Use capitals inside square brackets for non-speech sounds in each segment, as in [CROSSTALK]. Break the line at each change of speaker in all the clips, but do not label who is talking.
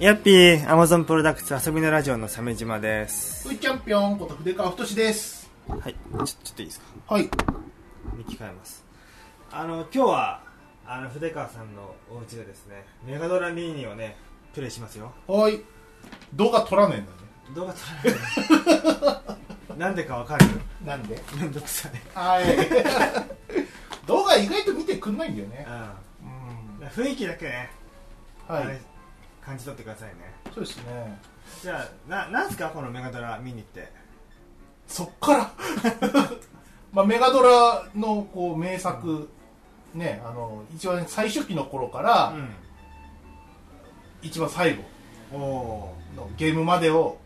ヤッピー、アマゾンプロダクツ遊びのラジオの鮫島です。
ういちゃんぴょんこと筆川太志です
はい、ちょ、ちょっといいですか
はい
見聞かえます。あの、今日は、あの、筆川さんのお家でですね、メガドラミーニをね、プレイしますよ。
はい動画撮らないんだね
動画撮
[LAUGHS]
らない。なんでかわかる
なんで
めんどくさい。
はい [LAUGHS] 動画意外と見てくんないんだよね
う
うん
ん。雰囲気だけね、
は
あ
い
れ感じ取ってくださいね。
そうですね
じゃあ、な、なんすかこのメガドラミーニって。
そっから [LAUGHS] まあメガドラのこう名作ねあの一番最初期の頃から一番最後
うん。お
のゲームまでを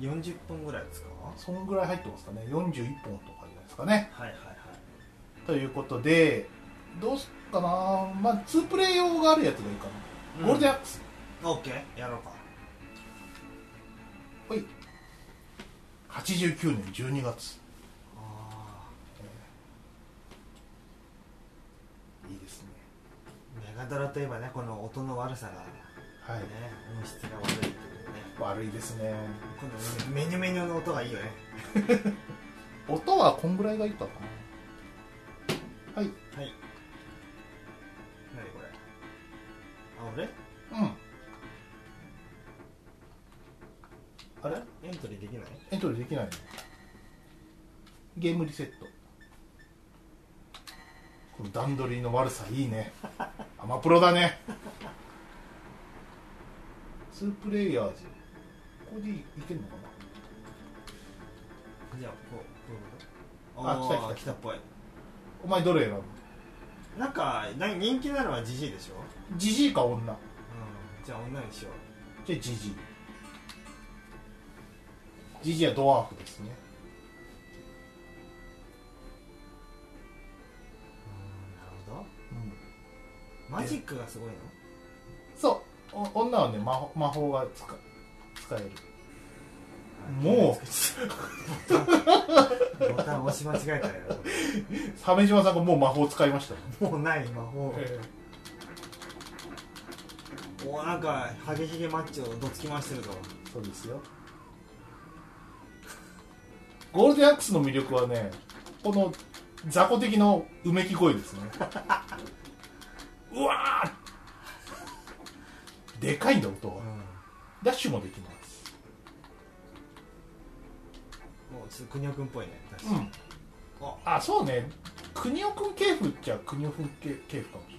ー、40分ぐらいですか
そんぐらい入ってますかね41本とかじゃないですかね
はいはいはい。
ということでどうすっかなまあ2プレイ用があるやつがいいかなゴールデンアックス。
オッケーやろうか
ほい。89年12月。
あ
いいですね。
ーメガドラといえばねこの音の悪さがね
はい。
音質が悪いっていうね
悪いですね。
今度ねメニュメニュの音がいいよね
音はこんぐらいがいいかな。はい。う
はい
ん。
何これあ俺
あれ
エントリーできない
エントリーできないのゲームリセット。この段取りの悪さいいね。アマプロだね。ツープレイヤーズ。これでいけんのかな
じゃあこうこういうこと
あ来た
ー
来た
来たっぽい
お前どれ選ぶ
なんかな人気なのはジジイでしょ
ジジイか女
うんじゃあ女にしよう
じゃあジジイジジイはドワーフですね
うんなるほど
うん
マジックがすごいの
そうお女はね魔法魔法が使使えるも
うボタン押し間違えたよ
鮫島さんがもう魔法使いましたね
[LAUGHS] もうない魔法おなんかハゲヒゲマッチョをどつき回してるぞ
そうですよゴールデンアックスの魅力はねこの雑魚的のうめき声です [LAUGHS] ねうわーでかいんだ音
も
は、ダッシュもできます
うちょっとくにおくんっぽいね確か
う
に、
んあそうね国尾くん系譜っちゃ国尾くん系系譜かもし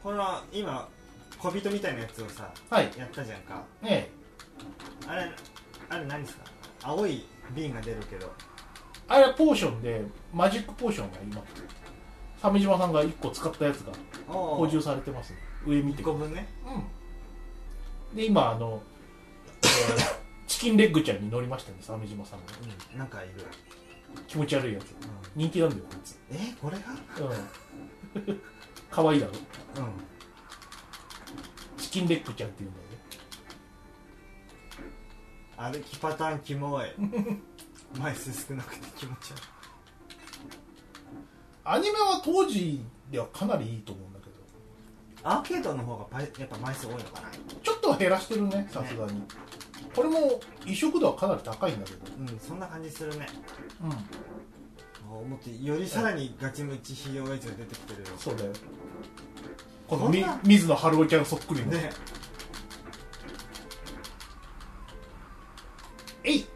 これは今小人みたいなやつをさ
れないはい
やったじゃんか
ねえ
あれあれ何ですか青い瓶が出るけど
あれはポーションでマジックポーションが今鮫島さんが1個使ったやつが
お
補
お
充されてます上見て
1個分ね
うんで今あの、え [LAUGHS] ーチキンレッグちゃんに乗りましたね鮫島さんが
うんなんかいる、
気持ち悪いやつ
う
人気なんだよこいつ
ん、えこれが
うん可愛いだろ
う
チキンレッグちゃんっていうんだよね
ん歩きパターンキ [LAUGHS] モい枚数少なくて気持ち悪い
アニメは当時ではかなりいいと思うんだけど
アーケードの方がパイやっぱ枚数多いのかな
ちょっとは減らしてるね、さすがに。これも移植度はかなり高いんだけど。
うんそんな感じするね
うん。
もうもっとよりさらにガチムチひよおやじが出てきてるよ
そうだよ。この
そん
み
な
水野春夫ちゃんそっくりの。
ね
えい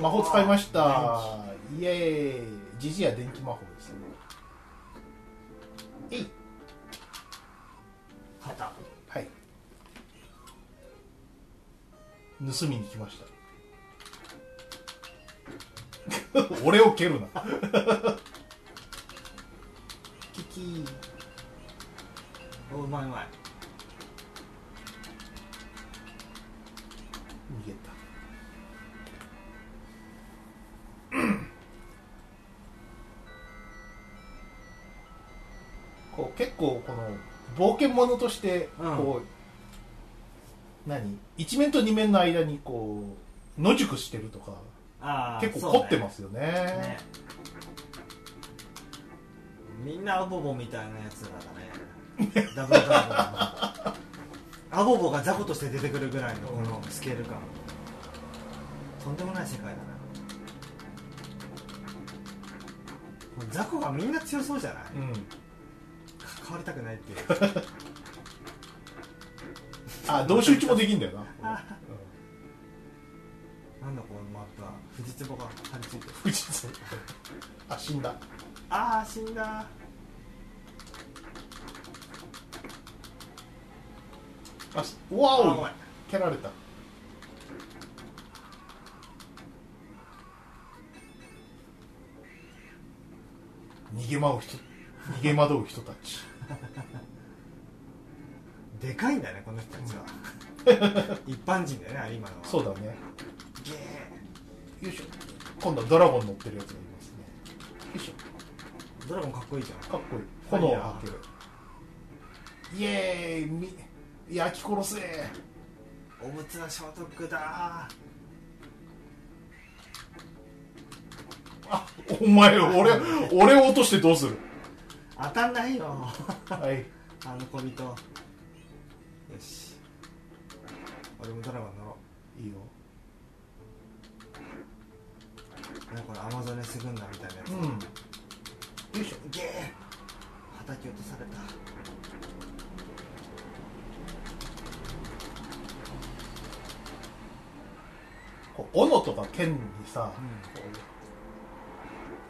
魔法使いました
あ。
イエーイ。ジジイは電気魔法ですね。えい
旗
はい。盗みに来ました。 [LAUGHS] 俺を蹴るな。キキー。
おうまいうまい
逃げた、 [CLEARS THROAT] こう結構この冒険者として
うん
こう、何一面と二面の間にこう野宿してるとか
ああ
結構凝ってますすよね
ねね
[LAUGHS]
みんなアボボみたいなやつらだねダブルダブルアボボが雑魚として出てくるぐらいのこのスケール感とんでもない世界だなもう雑魚がみんな強そうじゃない
うん
関わりたくないっていう
あ同士打ちもできんだ [LAUGHS] よな
なんだこのまた藤壺が張り付いてる
藤井さんあ死んだ
ああ死んだ
あし
あーご
わ
めん
お蹴られた逃げ惑う人逃げ惑う人たち
でかいんだねこの人たちは一般人だよね今のは
そうだね
ゲー
よいしょ今度はドラゴン乗ってるやつがいますねよいしょ
ドラゴンかっこいいじゃん
かっこいい炎を吐けるイエーイみ焼き殺せ
おむつは消毒だ
あお前俺俺を落としてどうする
当たんないよ
はい
あの小人よし俺もドラゴン乗ろ
いいよ
うなんかこのアマゾネス軍団みたいなやつ、
うんよいしょ
ゲー叩き落とされた
こう斧とか剣にさ、
うん
こ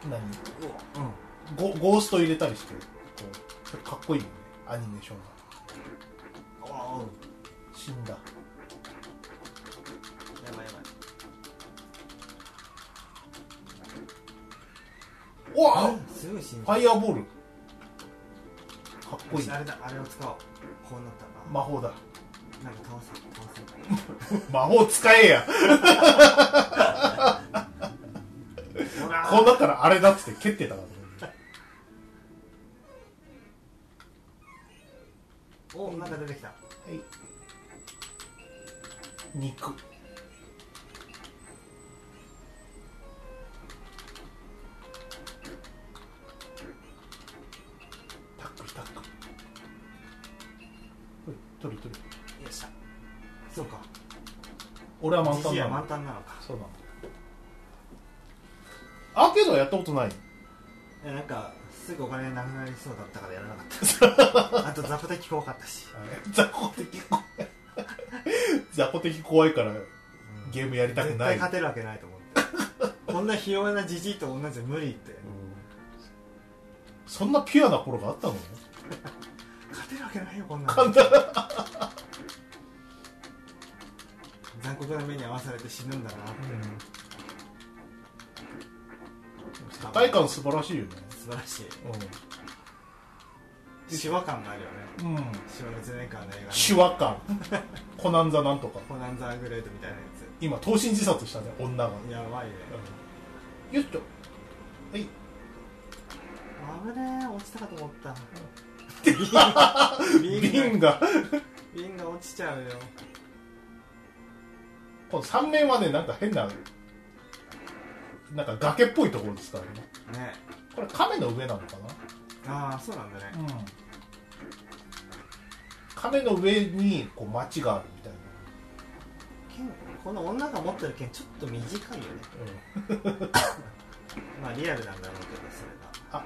う何
うわうん
ゴゴースト入れたりしてこうそれかっこいいよねアニメーションが
おおや
死んだ
ばいやばい
おわ
あすごいシーン
ファイアボールかっこ
よ
いい
しあれだあれを使おうこうなったな、
魔法だ [LAUGHS]
なんか倒せ倒せ
魔法使えや
ほ [LAUGHS] ら
こうなったらあれだっつって蹴ってたからね
おなんか出てきた
はい肉タックルタックルほい取る取る
よっしゃそうか
俺は満タ
じ
ン
じい
な
は
の
満タンなのか
そうなのアーケードはやっ
[LAUGHS]
たことない
いやなんかすぐお金なくなりそうだったからやらなかった [LAUGHS] あとザコ的怖かったし、
雑魚的怖い [LAUGHS] 雑魚的怖いからゲームやりたく
絶
ない
対勝てるわけないと思って [LAUGHS] こんなひ弱なじじいと同じで無理って
そんなピュアな頃があったのね
勝てるわけないよこんなの
簡単な
[LAUGHS] 残酷な目に遭わされて死ぬんだなって
世界観素晴らしいよね
素晴らし
うん
いシワ感があるよね
うん、うん、
シワのズネカーの映画の
手話感コナンザなんとか
コナンザーグレートみたいなや
今投身自殺したね女が、
つやばいね
よっとはい
危ねえ落ちたかと思
[LAUGHS]
った
瓶
瓶が
が
瓶が落ちちゃうよ
この3面はねなんか変ななんか崖っぽいところですからね
ね
これ亀の上なのかな
ああそうなんだね
うん、亀の上にこう町があるみたい
剣この女が持ってる剣ちょっと短いよね
な、
まあリアルなんだろうけどそれが
あ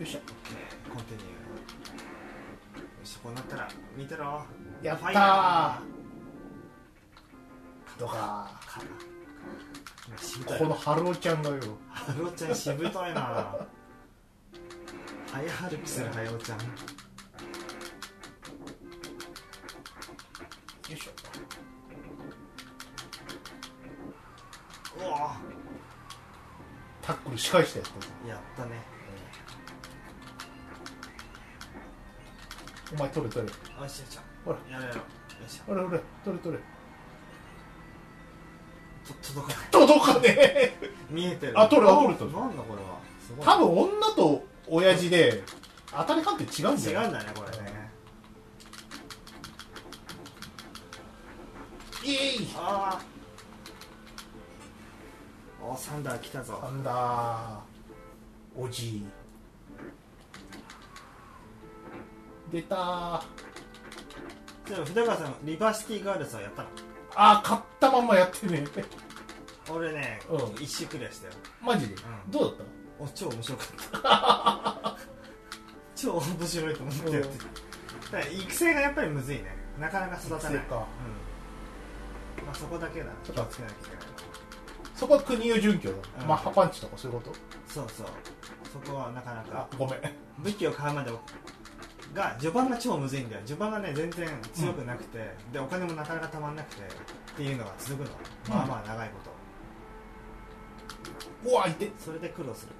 よし
よいしょ
オッケーコンティニューよしこうなったら見てろ
やっ
フ
た
ァ
ー
イヤ
とか
ーか今しぶとい
この春雄ちゃんがよ
ハロちゃんしぶといな早歩きする早尾ちゃん
よいしょ
うわ
タックル仕返してやってる
やったね
お前取れ取れ
よしよし
ほら
やろうやろうよいしょ
ほれほれ取れ取れ
と届かない
届かねえ
見えてる
あ取れあ取れた
なんだこれはすごい
多分女と親父で当たり関係違うんだ
違
よ
うんだねこれね
イエーイ
ああおサンダー来たぞ
なんだおじい出たー
でも、筆川さん、リバーシティガールズはやったの
あー買ったまんまやってね
俺ね、
うん
一周クリアしたよ。
マジで、
うん
どうだっ
お、超面白かった。
[LAUGHS]
超面白いと思ってやってた。だから育成がやっぱりむずいね。なかなか育たない。
育成か
うん。まあ、そこだけだな。
ち
ち
ょ
ょ
っ
っとつ
と
けなきゃいけない。
たそこは国を準拠だ、
うん
マッハパンチとかそういうこと
そうそう。そこはなかな
あ
か。
ごめん
武器を買うまでが、序盤が超むずいんだよ。序盤がね、全然強くなくて、で、お金もなかなかたまんなくて、っていうのが続くの。まあまあ長いこと。
うわ痛いて
それで苦労する。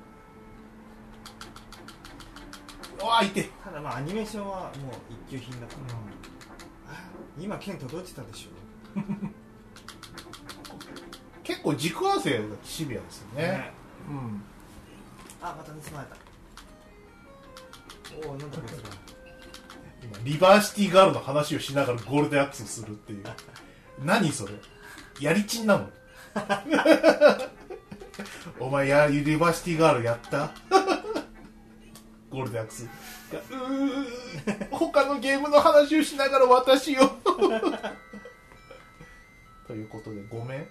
うわ痛いて、
ただまあアニメーションはもう一級品だから、今剣届いてたでしょ
結構軸合わせがシビアですよねうん
あまた盗まれたおおなんだこいつが
今リバーシティガールの話をしながらゴールデンアックスをするっていう何それやりちんなのお前やリバーシティガールやったゴールデンアックスいやうー他のゲームの話をしながら私をということで5面ん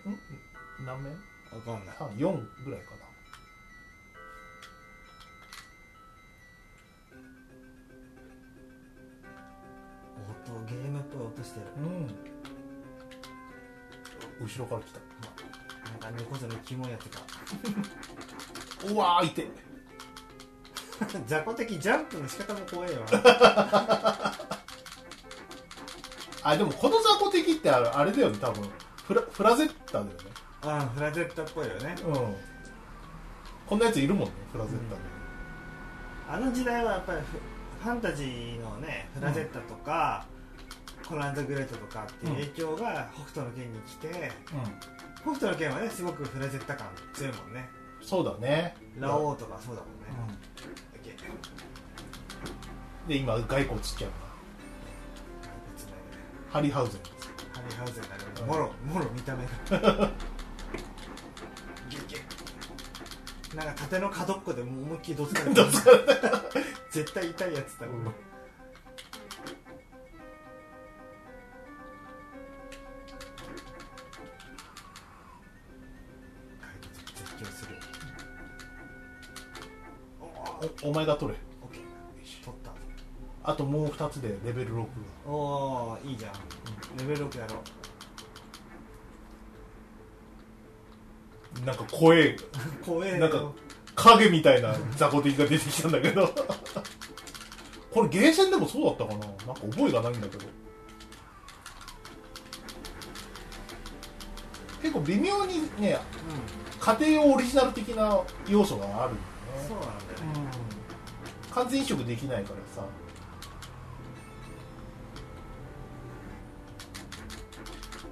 何面
わかんない
あ4ぐらいかな
音ゲームっぽい音してる
うん後ろから来た
なんか猫背のキモいやつが [LAUGHS]
うわーいて
雑魚的ジャンプの仕方も怖いよな
あでもこの雑魚敵ってあれあれだよね多分フラフラゼッタだよね
あフラゼッタっぽいよね
うんこんなやついるもんねフラゼッタで、
あの時代はやっぱりフファンタジーのねフラゼッタとか、コナン・ザ・グレートとかっていう影響が北斗の剣に来て、
うん
北斗の剣はねすごくフラゼッタ感強いもんね
そうだね
ラオウとかそうだもんね、
う
だっけ
んで今骸骨ちっちゃうな
別名
ハリーハウゼン
ハリーハウゼンだねもろもろ見た目がギュギュなんか縦の角っこでもう思いっきり [LAUGHS] どつかれてる絶対痛いやつだろ、
うん
絶叫するおー
おお前が取れ
オッケー取った
あともう2つでレベル6が
おーいいじゃん、レベル6やろう [LAUGHS]
なんか声
怖えよ
なんか影みたいな雑魚敵が出てきたんだけ [LAUGHS] どこれゲーセンでもそうだったかななんか覚えがないんだけど結構微妙にね家庭用オリジナル的な要素があるん
う
だ
ん
よ
そ
ね
うなんだよね
完全移植できないからさ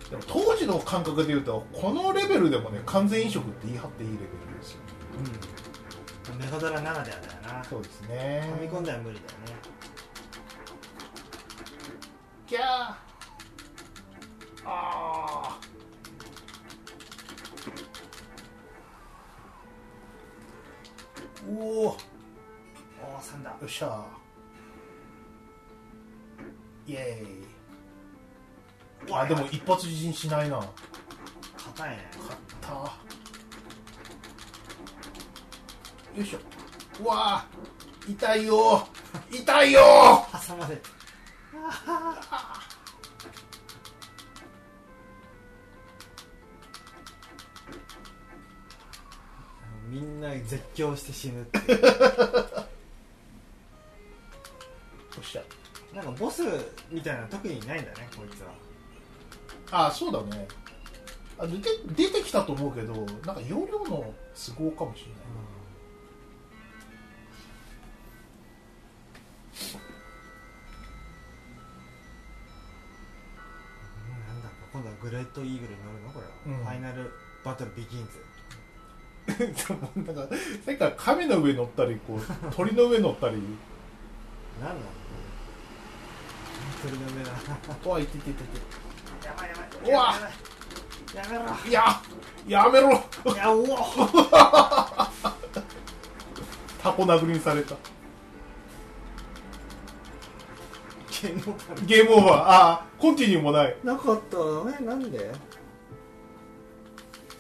でも当時の感覚でいうとこのレベルでもね完全移植って言い張っていいレベルですよ
うんメガドラならではだよな
そうですね
噛み込んだら無理だよね
きゃーあーおおよ
おお3だ
っしゃーイエーイあでも一発自陣しないな勝
硬いね
ったよいしょうわー痛いよー痛いよー
挟まれてみんな絶叫して死ぬっていう
よっしゃ
なんかボスみたいなの特にないんだねこいつは
あそうだねあ出て出てきたと思うけどなんか容量の都合かもし [LAUGHS] れない
うんなんだか今度はグレートイーグルに乗るのこれは、
うん
ファイナルバトルビギンズ
なんかさっきから亀の上乗ったりこう鳥の上乗ったり
何なのそれの目だ
わいてててて
やばいやば
い
いやめろ
いややめ
い
ろ
やおお
タコ殴りにされた
ゲームオーバー
ゲームオーバーああコンティニューもない
なかったのねなんで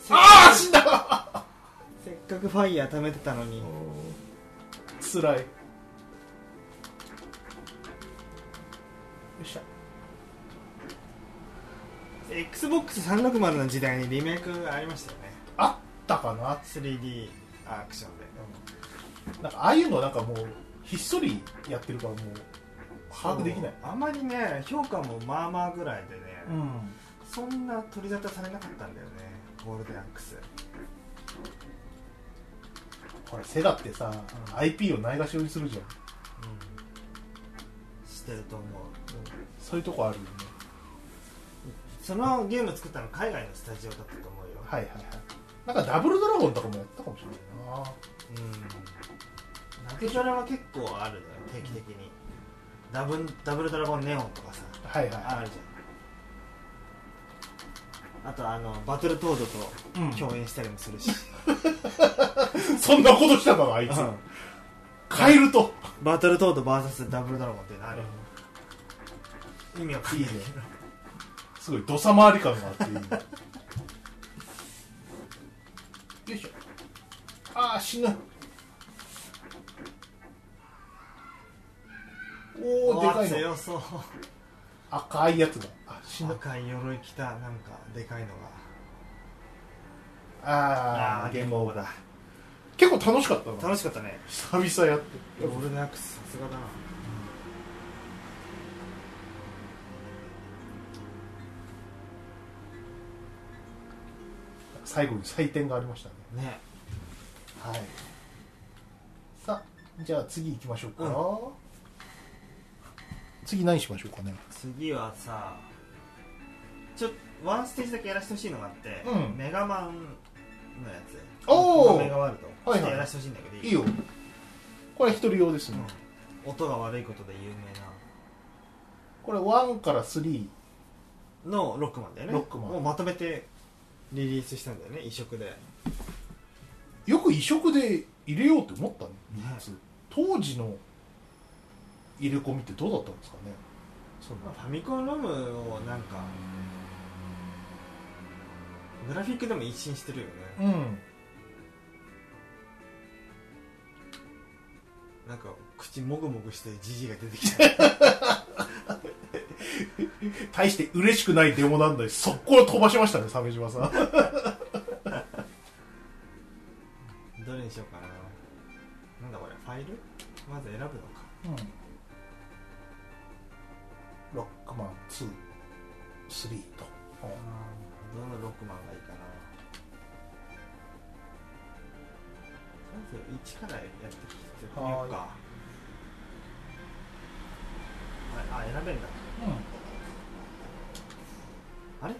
せっ
ああ
か
死んだ
くせっかくファイヤー貯めてたのに
つらいよっしゃ
XBOX360 の時代にリメイクありましたよね
あったかな
3D アクションで
なんかああいうのなんかもうひっそりやってるからもう把握できない
そうあまりね評価もまあまあぐらいでね、
ん
そんな取り沙汰されなかったんだよねゴールデンアックス
ほらセガってさ、
うん
IP をないがしろにするじゃん
してると思う、
そういうとこあるよね
そのゲーム作ったの海外のスタジオだったと思うよ、
はいはいはいなんかダブルドラゴンとかもやったかもしれないな
うん泣きそれは結構あるのよ定期的に、ダブダブルドラゴンネオンとかさ
はいはい
あるじゃんあとあのバトルトード
うん
と共演したりもするし、
そんなことしたのあいつ、カエルと
バトルトード VS ダブルドラゴンって何、意味わかんないけど
すごい土佐回り感があっていいよいしょああ死ぬおおでか
お
いの
強そう
赤いやつがあ死ぬ
赤い鎧着たなんかでかいのが
ああ
ームオーバーだ
結構楽しかったな
楽しかったね
久々やって
ゴールデンアックスさすがだな
最後に採点がありましたね
ね
はいさあじゃあ次行きましょうか、
う
次何しましょうかね
次はさちょっとワンステージだけやらせてほしいのがあって、
うん
メガマンのやつ
おー
メガワールド、
はいはい
ちょっとやらせてほしいんだけど
いいよこれ一人用ですね、
うん音が悪いことで有
これ1から3
名なのロックマンだよね
ロックマン
をまとめてリリースしたんだよね移植で
よく移植で入れようって思ったね
ね
3つ当時の入れ込みってどうだったんですかねそん
まあ
な
ファミコンロムをなんかグラフィックでも一新してるよね
うん
なんか口もぐもぐしてジジイが出てきた
大して嬉しくないデモなんだし速攻飛ばしましたね鮫島さん
どれにしようかななんだこれファイルまず選ぶのか
ロックマン23と
どのロックマンがいいかなとりあえず1からやってきてみようかああ選べんだあれ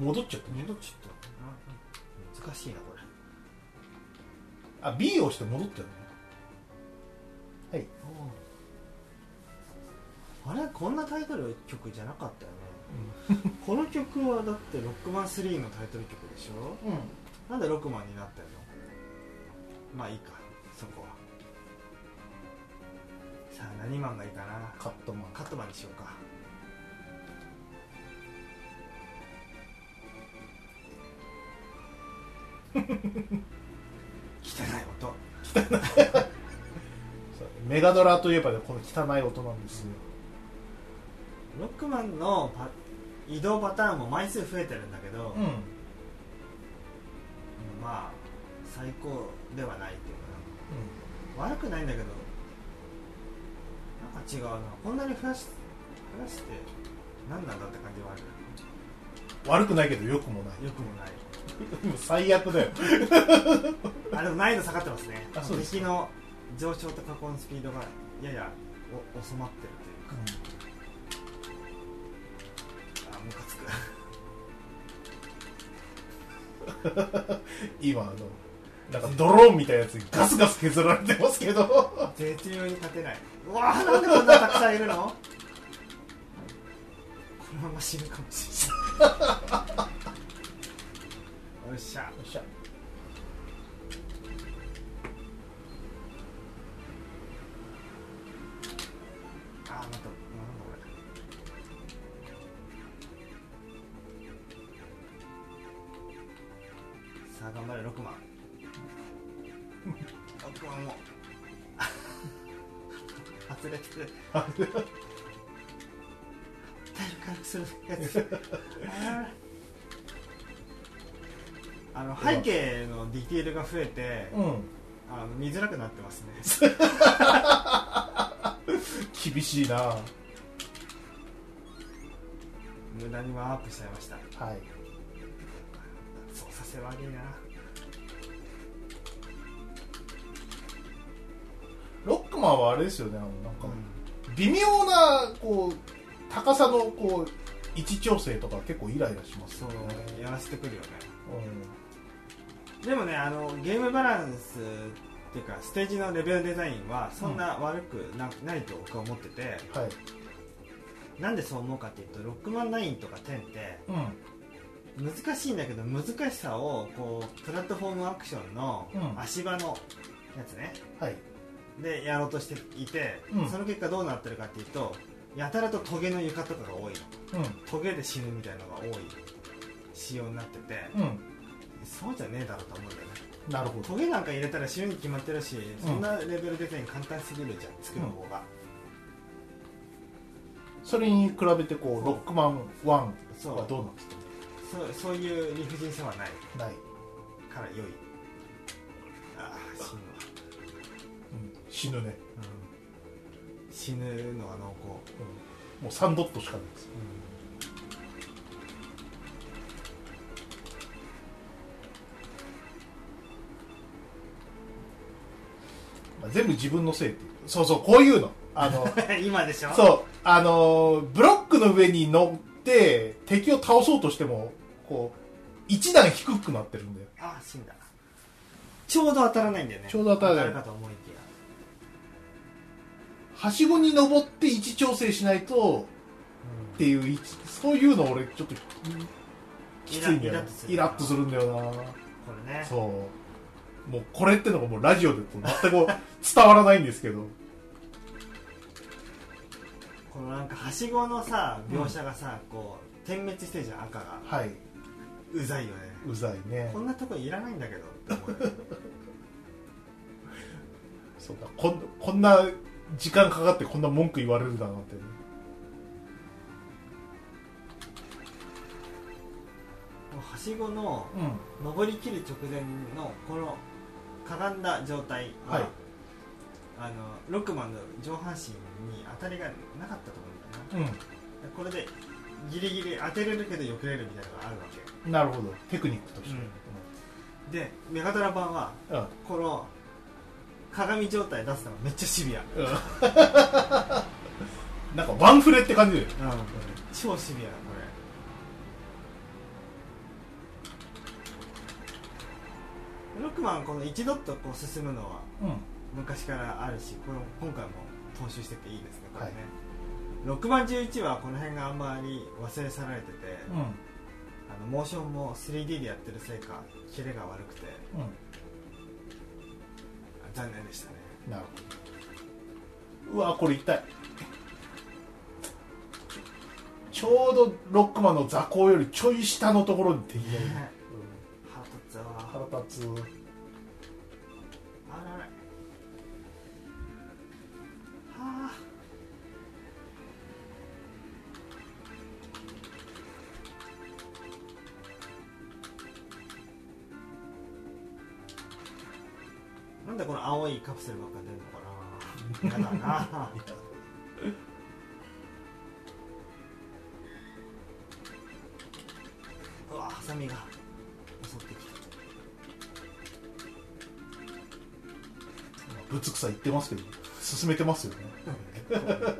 戻っちゃったね
戻っちゃった難しいなこれ
あ B を押して戻っちゃった
あれこんなタイトル曲じゃなかったよね、この曲はだって「ロックマン3」のタイトル曲でしょ
ね
なんでロックマンになったのまあいいかそこはさあ何マンがいいかな
カットマン
カットマンにしようか汚い音
そうメガドラといえばねこの汚い音なんですよ
ロックマンのパ移動パターンも枚数増えてるんだけど、
う
まあ最高ではないっていうかな悪くないんだけどなんか違うなこんなに増やし増やして何なんだって感じはある
ん悪くないけど良くもない
よくもない
もう最悪だよ
あでも難易度下がってますね
あそうですか
敵の上昇と下降のスピードがややお収まってるというかあムカつく
今あのなんかドローンみたいなやつにガスガス削られてますけど
絶妙に勝てないうわーなんでこんなたくさんいるのこのまま死ぬかもし [LAUGHS] れないよっしゃあーまたなんだこ [LAUGHS] これもう [LAUGHS] 外れてる体力からするやつあの背景のディティールが増えて、
う
あの見づらくなってますね [LAUGHS]
ん厳しいなは
無駄にワープしちゃいました
い
操作性悪いな
ロックマンはあれですよねあのなんか
う
微妙なこう高さのこう位置調整とか結構イライラしま
ん
す
そ
よね
うやらせてくるよねでもねあのゲームバランスっていうかステージのレベルデザインはそんな悪くな,、ないと僕は思ってて
うんはい
なんでそう思うかっていうとロックマン9とか10って
う
難しいんだけど難しさをこうプラットフォームアクションの
うん
足場のやつね、
んはい
でやろうとしていて、
うん
その結果どうなってるかっていうとやたらとトゲの床とかが多いの
う
トゲで死ぬみたいなのが多い仕様になってて、
んうん
そうじゃねえだろうと思うんだよね
なるほど
トゲなんか入れたら死ぬに決まってるし、そんなレベルデザイン簡単すぎるじゃん作る方が、
それに比べてこうロックマン1は
そう
どうなんですか
そうそういう理不尽さはない
ない、
から良いああ死ぬわ
うん、死ぬね、
うん死ぬのは濃厚、
うん、もう3ドットしかないですまあ全部自分のせいっていうそうそうこういうのあの [LAUGHS]
[LAUGHS] 今でしょ
そうあのブロックの上に乗って敵を倒そうとしてもこう一段低くなってるんで
ああ死んだちょうど当たらないんだよね
ちょうど当たらない
当たるかと思いきや
はしごに登って位置調整しないとっていう位置そういうの俺ちょっときついんだ
イ
よ
ラ
な
ッとする
イラッとするんだよ
これね
なそうもうこれってのがもうラジオでこう全く伝わらないんですけど
このなんかはしごのさ描写がさ、こう点滅してるじゃん赤が
はいう
ざいよね
うざいね
こんなとこいらないんだけどって思うよね
そうかこんこんな時間かかってこんな文句言われるだなんてね
このはしごの
う
登りきる直前のこのかがんだ状態は、
はい
あのロックマンの上半身に当たりがなかったと思うんだよな
ん
これでギリギリ当てれるけどよけれるみたいなのがあるわけ
うんなるほどテクニックとして、
でメガドラ版は
うんうん
この鏡状態出すのがめっちゃシビア、
[LAUGHS] なんかワンフレって感じだよね
超シビアだこれロックマンこの1ドットこう進むのは
う
昔からあるしこれも今回も踏襲してていいですねこれね、
は
6番11はこの辺があんまり忘れ去られてて、
んうん
あのモーションも 3D でやってるせいかキレが悪くて残念でしたね
なるほどうわこれ痛いちょうどロックマンの座高よりちょい下のところに敵がいる、
ね
う
腹立つ
ん
わ
腹立つ
あららはあなんでこの青いカプセルばっか出るのかなやだな
[LAUGHS]
うわハサミが襲ってきた
ぶつくさ言ってますけど進めてますよね
結構あ危ない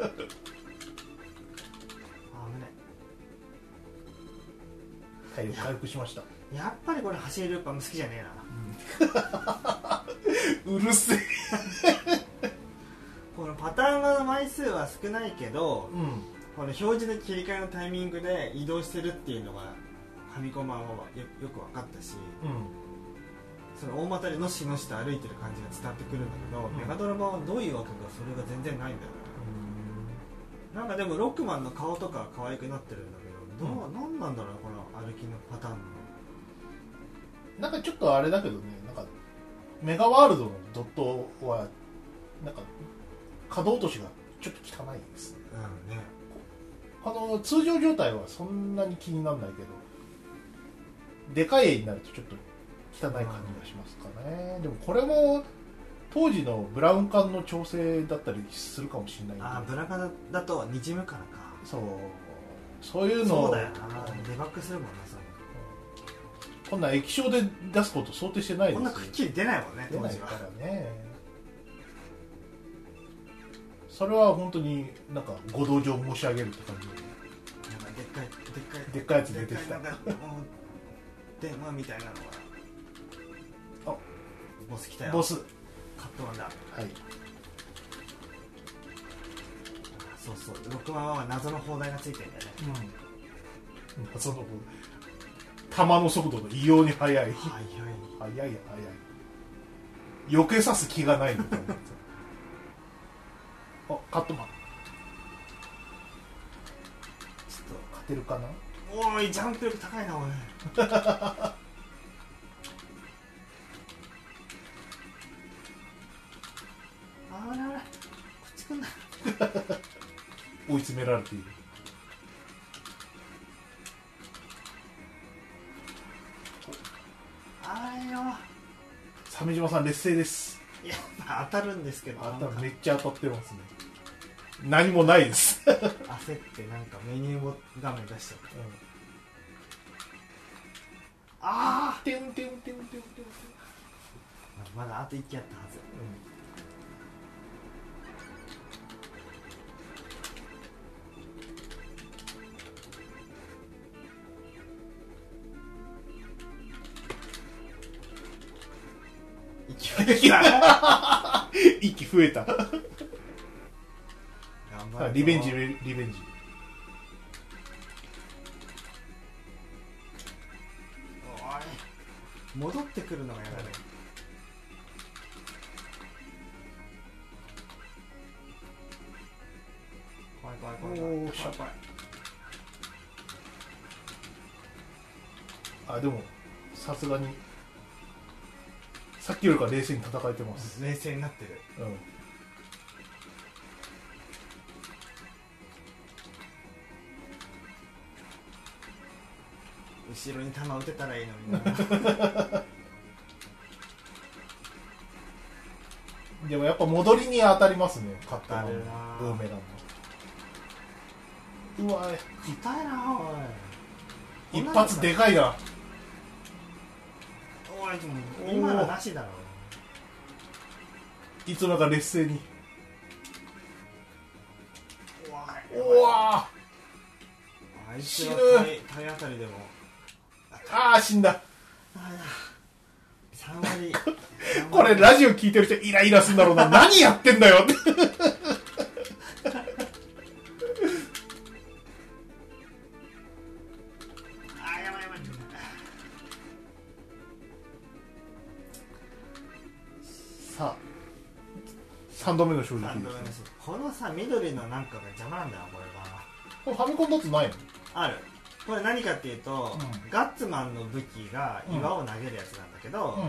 体力回復しました
やっぱりこれ走りループあんま好きじゃねえな
うるせえ
このパターンの枚数は少ないけど
うん
この表示の切り替えのタイミングで移動してるっていうのがファミコンマンはよよく分かったし
う
その大股でのしのしと歩いてる感じが伝わってくるんだけど、
うん
メガドラマはどういうわけかそれが全然ないんだよね
ん
なんかでもロックマンの顔とか可愛くなってるんだけどどう、
う
なんなんだろうこの歩きのパターンの
なんかちょっとあれだけどねなんかメガワールドのドットはなんか稼働落としがちょっと汚いですね
うんね
あの通常状態はそんなに気にならないけどでかい絵になるとちょっと汚い感じがしますかね、でもこれも当時のブラウン管の調整だったりするかもしれないんで
ああブラカだだとにじむからか
そうそういうの
そ
を
うだよなデバッグするもんなそういう
こんな液晶で出すこと想定してないです
のこんなくっきり出ないもんね
出
当
ない
時
か
は
らねそれは本当になんかご同情申し上げるって感じで
なんかでっかいでっかい
でっかいやつ出てきた
でっかいなんかもう電話みたいなのが
あ
ボス来たよ
ボス
カットマンだ
はい
そうそう6万は謎の砲台がついてるんだよね
うん、謎の球の速度が異様に速い
はいはい
速い速い避けさす気がないみたいなあカットマン
ちょっと
勝てるかな
おいジャンプ力高いなおいあれあれこっち来んな
追い詰められている
あれよ
鮫島さん劣勢です
いやまあ当たるんですけど
あんた
なんか
めっちゃ当たってますね何もないです、うん
焦ってなんかメニュー画面出しちゃったあ
てんてんてんてんてんてん
あまだあと1機あったはず勢いが
息増えた
頑張るぞ
リベンジリベンジ
おい戻ってくるのがやだね怖い怖い怖い怖い
おー
怖い怖い
あでもさすがにさっきよりか冷静に戦えてます、
冷静になってる
うん、
後ろに弾打てたらいいのにな
でもやっぱ戻りに当たりますねカットの
当たるな
ブーメランのうわ
硬いなおい
一発でかいな
おいでも今のなしだろ
いつもか劣勢に
おいう
わ
あいつは体体当たりでも
ああ死んだ
3割
これラジオ聞いてる人イライラするんだろうな何やってんだよって
あやばいやばい
さあ3度目の正直
三
で
度
す
目
ね
の人このさ緑のなんかが邪魔なんだよこれが
これファミコンだとないの
あるこれ何かっていうと、
うん
ガッツマンの武器が岩を投げるやつなんだけど、
う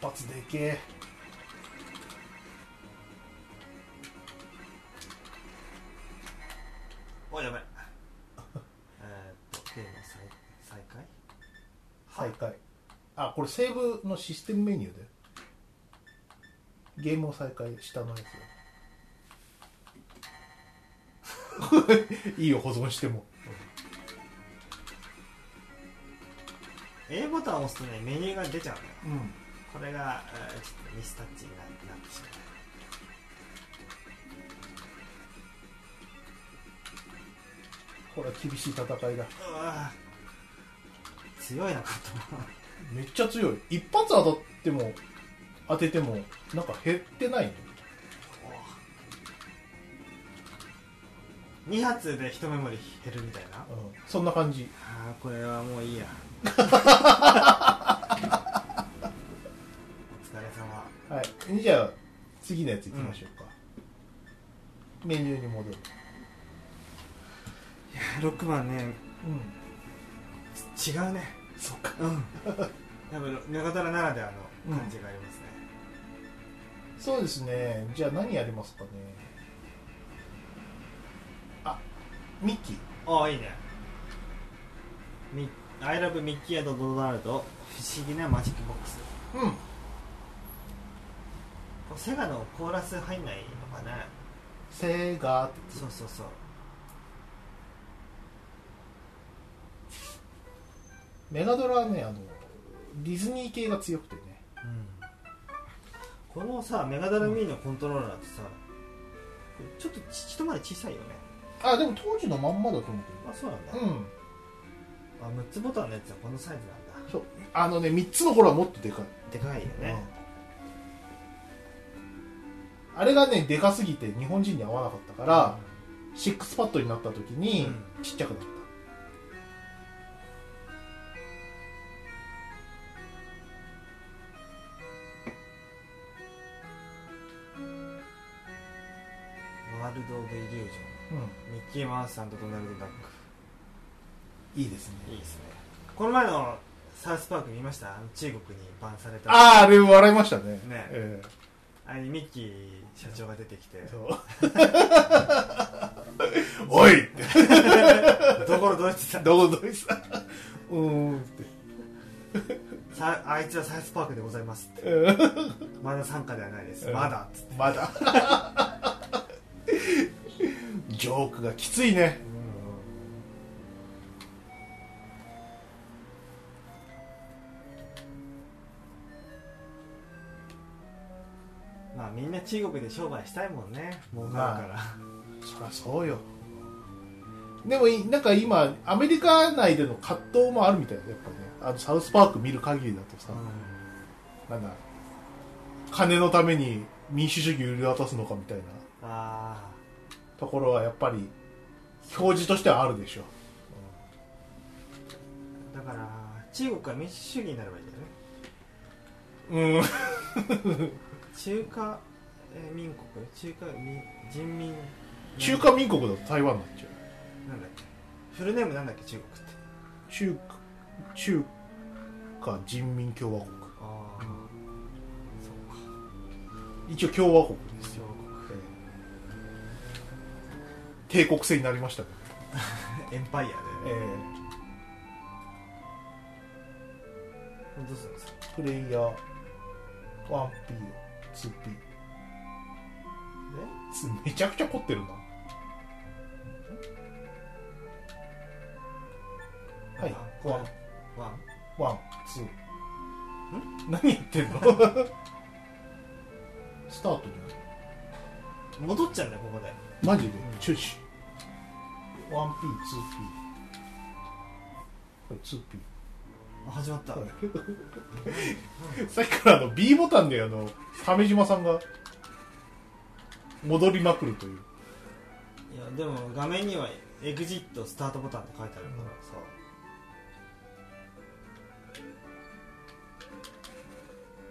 一発でけえ
おやばいえーっとゲーム再再開
再開あこれセーブのシステムメニューでゲームを再開下のやつ [LAUGHS] いいよ保存しても
A ボタンを押すとねメニューが出ちゃうのよ
うん
これが、えーちょっとミスタッチにななってしまう
これは厳しい戦いだ
うわぁ強いなかと思う
めっちゃ強い一発当たっても当ててもなんか減ってないね
2発で一メモリ減るみたいな
うんそんな感じ
ああこれはもういいやお疲れ様
はいじゃあ次のやついきましょうか、メニューに戻る、
6番ね
うん、
違うね
そっか
うんやっぱ中虎ならではの感じがありますね、
そうですねじゃあ何やりますかねあミッキー
ああいいねミッアイラブミッキードドナルド不思議なマジックボックス
うん
これセガのコーラス入んないのかね
セガ
そうそうそう
メガドラはねあのディズニー系が強くてね
うんこのさメガダラミーのコントローラーってさちょっとち一回り小さいよね
あでも当時のまんまだと思う
あそうなんだ、
けどうん
あ6つボタンのやつはこのサイズなんだ
そうあのね3つの頃はもっとでかい
でかいよね、
うんあれがねでかすぎて日本人に合わなかったから、シックスパッドになった時に
うん
ちっちゃくなった、
ワールド・オブ・イリュージョン
う
ミッキーマウスさんとドナルド・ダック
ん、いいですね
いいですねこの前のサウスパーク見ました中国にバンされた
あああれ笑いましたね
ね
え
あれにミッキー社長が出てきて
えそう [LAUGHS] おいって
どころどうしてた
どこどこいさうーんって
さあいつはサウスパークでございますって
うん
まだ参加ではないです
うん
まだっつって、
まだジョークがきついね
まあみんな中国で商売したいもんね儲かるから、
そりゃそうよでもいなんか今アメリカ内での葛藤もあるみたいだよやっぱねあのサウスパーク見る限りだとさ、なんだ金のために民主主義売り渡すのかみたいな
ああ
ところはやっぱり表示としてはあるでしょ
ーだから中国は民主主義になればいいんだよね
うん
中華えー民国中華民人民
中華民国だと台湾になっちゃう
なんだっけフルネームなんだっけ中国って
中華中華人民共和国
ああそうか
一応共和国です
中
よ
国
帝国制になりましたけど
エンパイアで、
え
どうするんですか
ープレイヤー 1P 2P つめちゃくちゃ凝ってるなはい
ワ
ワ
ン
ン
ワン
ワンツー何やってんの [LAUGHS] スタートじ
戻っちゃうんだよここで
ゃないマジで
うん
中止 1P2P これ 2P
あ始まった、
さっきからあの B ボタンであの鮫島さんが戻りまくるという
いやでも画面にはエグジットスタートボタンって書いてあるからさ、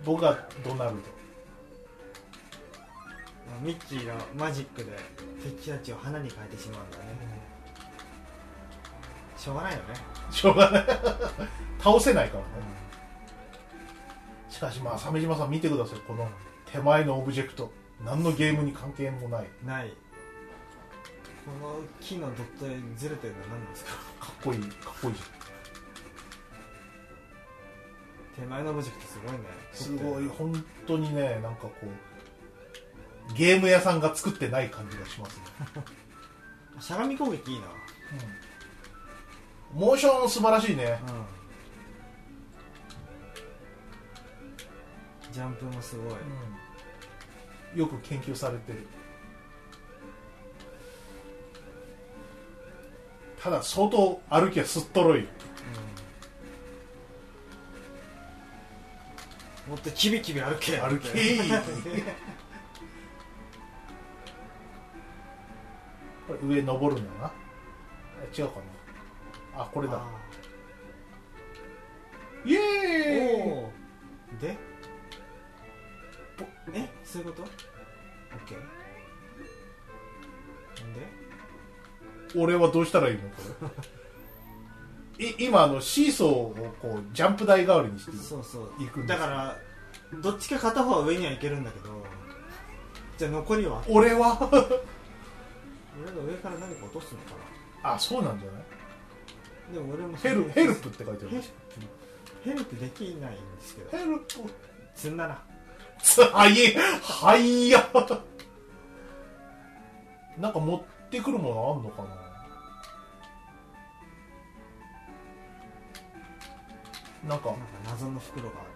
僕がドナル
ミッキーがマジックで敵たちを花に変えてしまうんだね、しょうがないよね、
ドしょうがない [LAUGHS] 倒せないからねしかしまあ鮫島さん見てくださいこの手前のオブジェクト何のゲームに関係もない
ないこの木のドットにずれてるの何なんですか
かっこいいかっこいい
手前のオブジェクトすごいね
すごい本当にねなんかこうゲーム屋さんが作ってない感じがしますね、
しゃがみ攻撃いいな
モーション素晴らしいね
ジャンプもすごい、
うんよく研究されてるただ相当歩きはすっとろい
もっとキビキビ歩け
歩けこれ上登るのかなあ違うかなあこ
こ
れだ
お
イエーイ
おーでえそういうことオッケー
俺はどうしたらいいのこれ [LAUGHS] い今あのシーソーをこうジャンプ台代わりにして
そうそう
行くんで
だ
す
からどっちか片方は上には行けるんだけどじゃあ残りは
俺は
俺が上から何か落とすのか
あそうなんじゃない
なでも俺も
ヘルヘルプって書いてあ
ヘル
る
ヘルプできないんですけど
ヘルプ
積んだら
つはいはいやなんか持ってくるものあんのかななんか
なんか謎の袋がある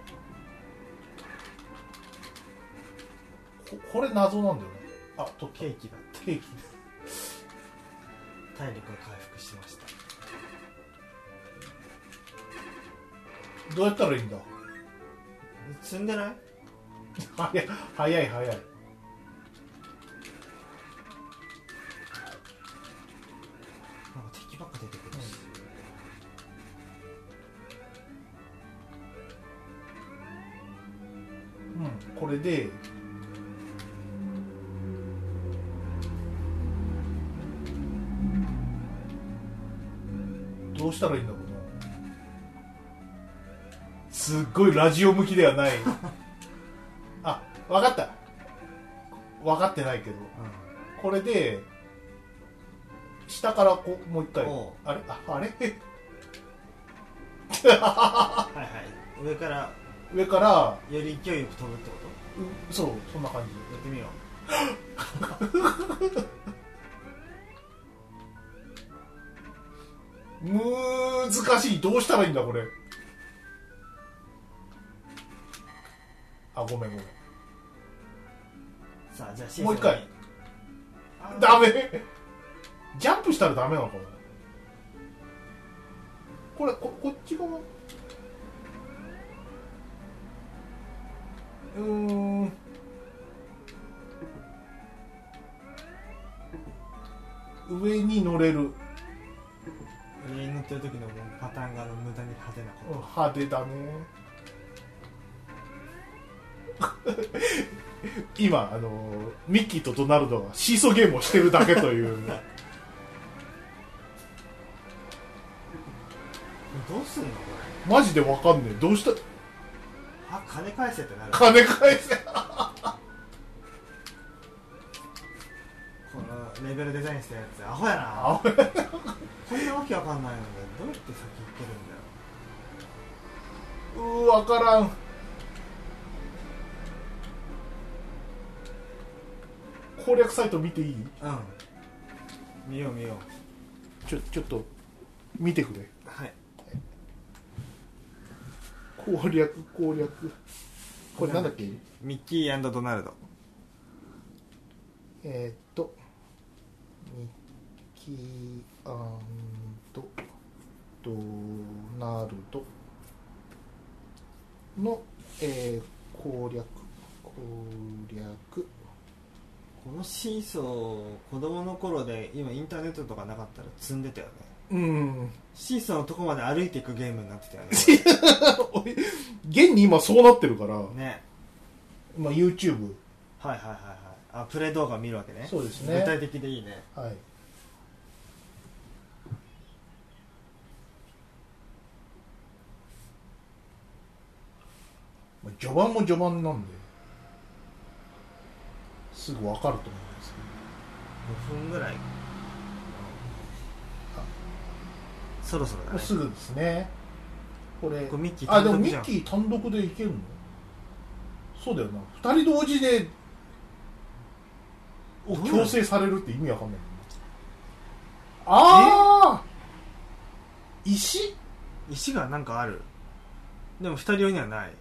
ここれ謎なんだよねあと
ケー
ケー
キだ
キケーキ
体力が回復しました
どうやったらいいんだ
積んでない
早い早い早い
なんか敵ばっか出てくるし、
うんこれでどうしたらいいんだろうなすっごいラジオ向きでは
[LAUGHS]
ないあわかった分かってないけどこれで下からこうもう一回
おう
あれああれ
はいはい上から
上から
より勢いよく飛ぶってこと
うそうそんな感じ
やってみよ
難しいどうしたらいいんだこれあごめんごめん
うさあじゃあシー
もう一回
あー
ダメジャンプしたらダメなのかなこれここっち側うーん上に乗れる
上に乗ってる時のもうパターンがあの無駄に派手なこ
うん派手だね [LAUGHS] 今あのミッキーとドナルドがシーソーゲームをしてるだけという
とどうすんのこ
マジでわかんねえどうした
れあ金返せってなるこ
金返せ [LAUGHS]
のレベルデザインしたやつアホやな
あおい
こんなわけわかんないのでどうやって先行ってるんだよ
うーわからん攻略サイト見ていい
うん見よう見よう
ちょちょっと見てくれ
はい
攻略攻略これなんだっけ
ミッキードナルド
えーっと、ミッキーとドナルドの、えー攻略、攻略。
このシーソー子供の頃で今インターネットとかなかったら積んでたよね
うん。
シーソーのとこまで歩いていくゲームになってたよね
[LAUGHS] 現に今そうなってるから、
ね
まあ、YouTube。
はいはいはいはいあプレイ動画見るわけね
そうですね
具体的でいいね
はい。まあ序盤も序盤なんで、すぐわかると思いますけ
5分ぐらいそろそろ
ど、
だ
もう
ね
すぐですね。これ、
これミッキー
あ、でも
単独
ミ
じゃん
ッキー単独でいけるのそうだよな。二人同時で、を強制されるって意味わかんないもんなああ石
石がなんかあるでも2人用にはない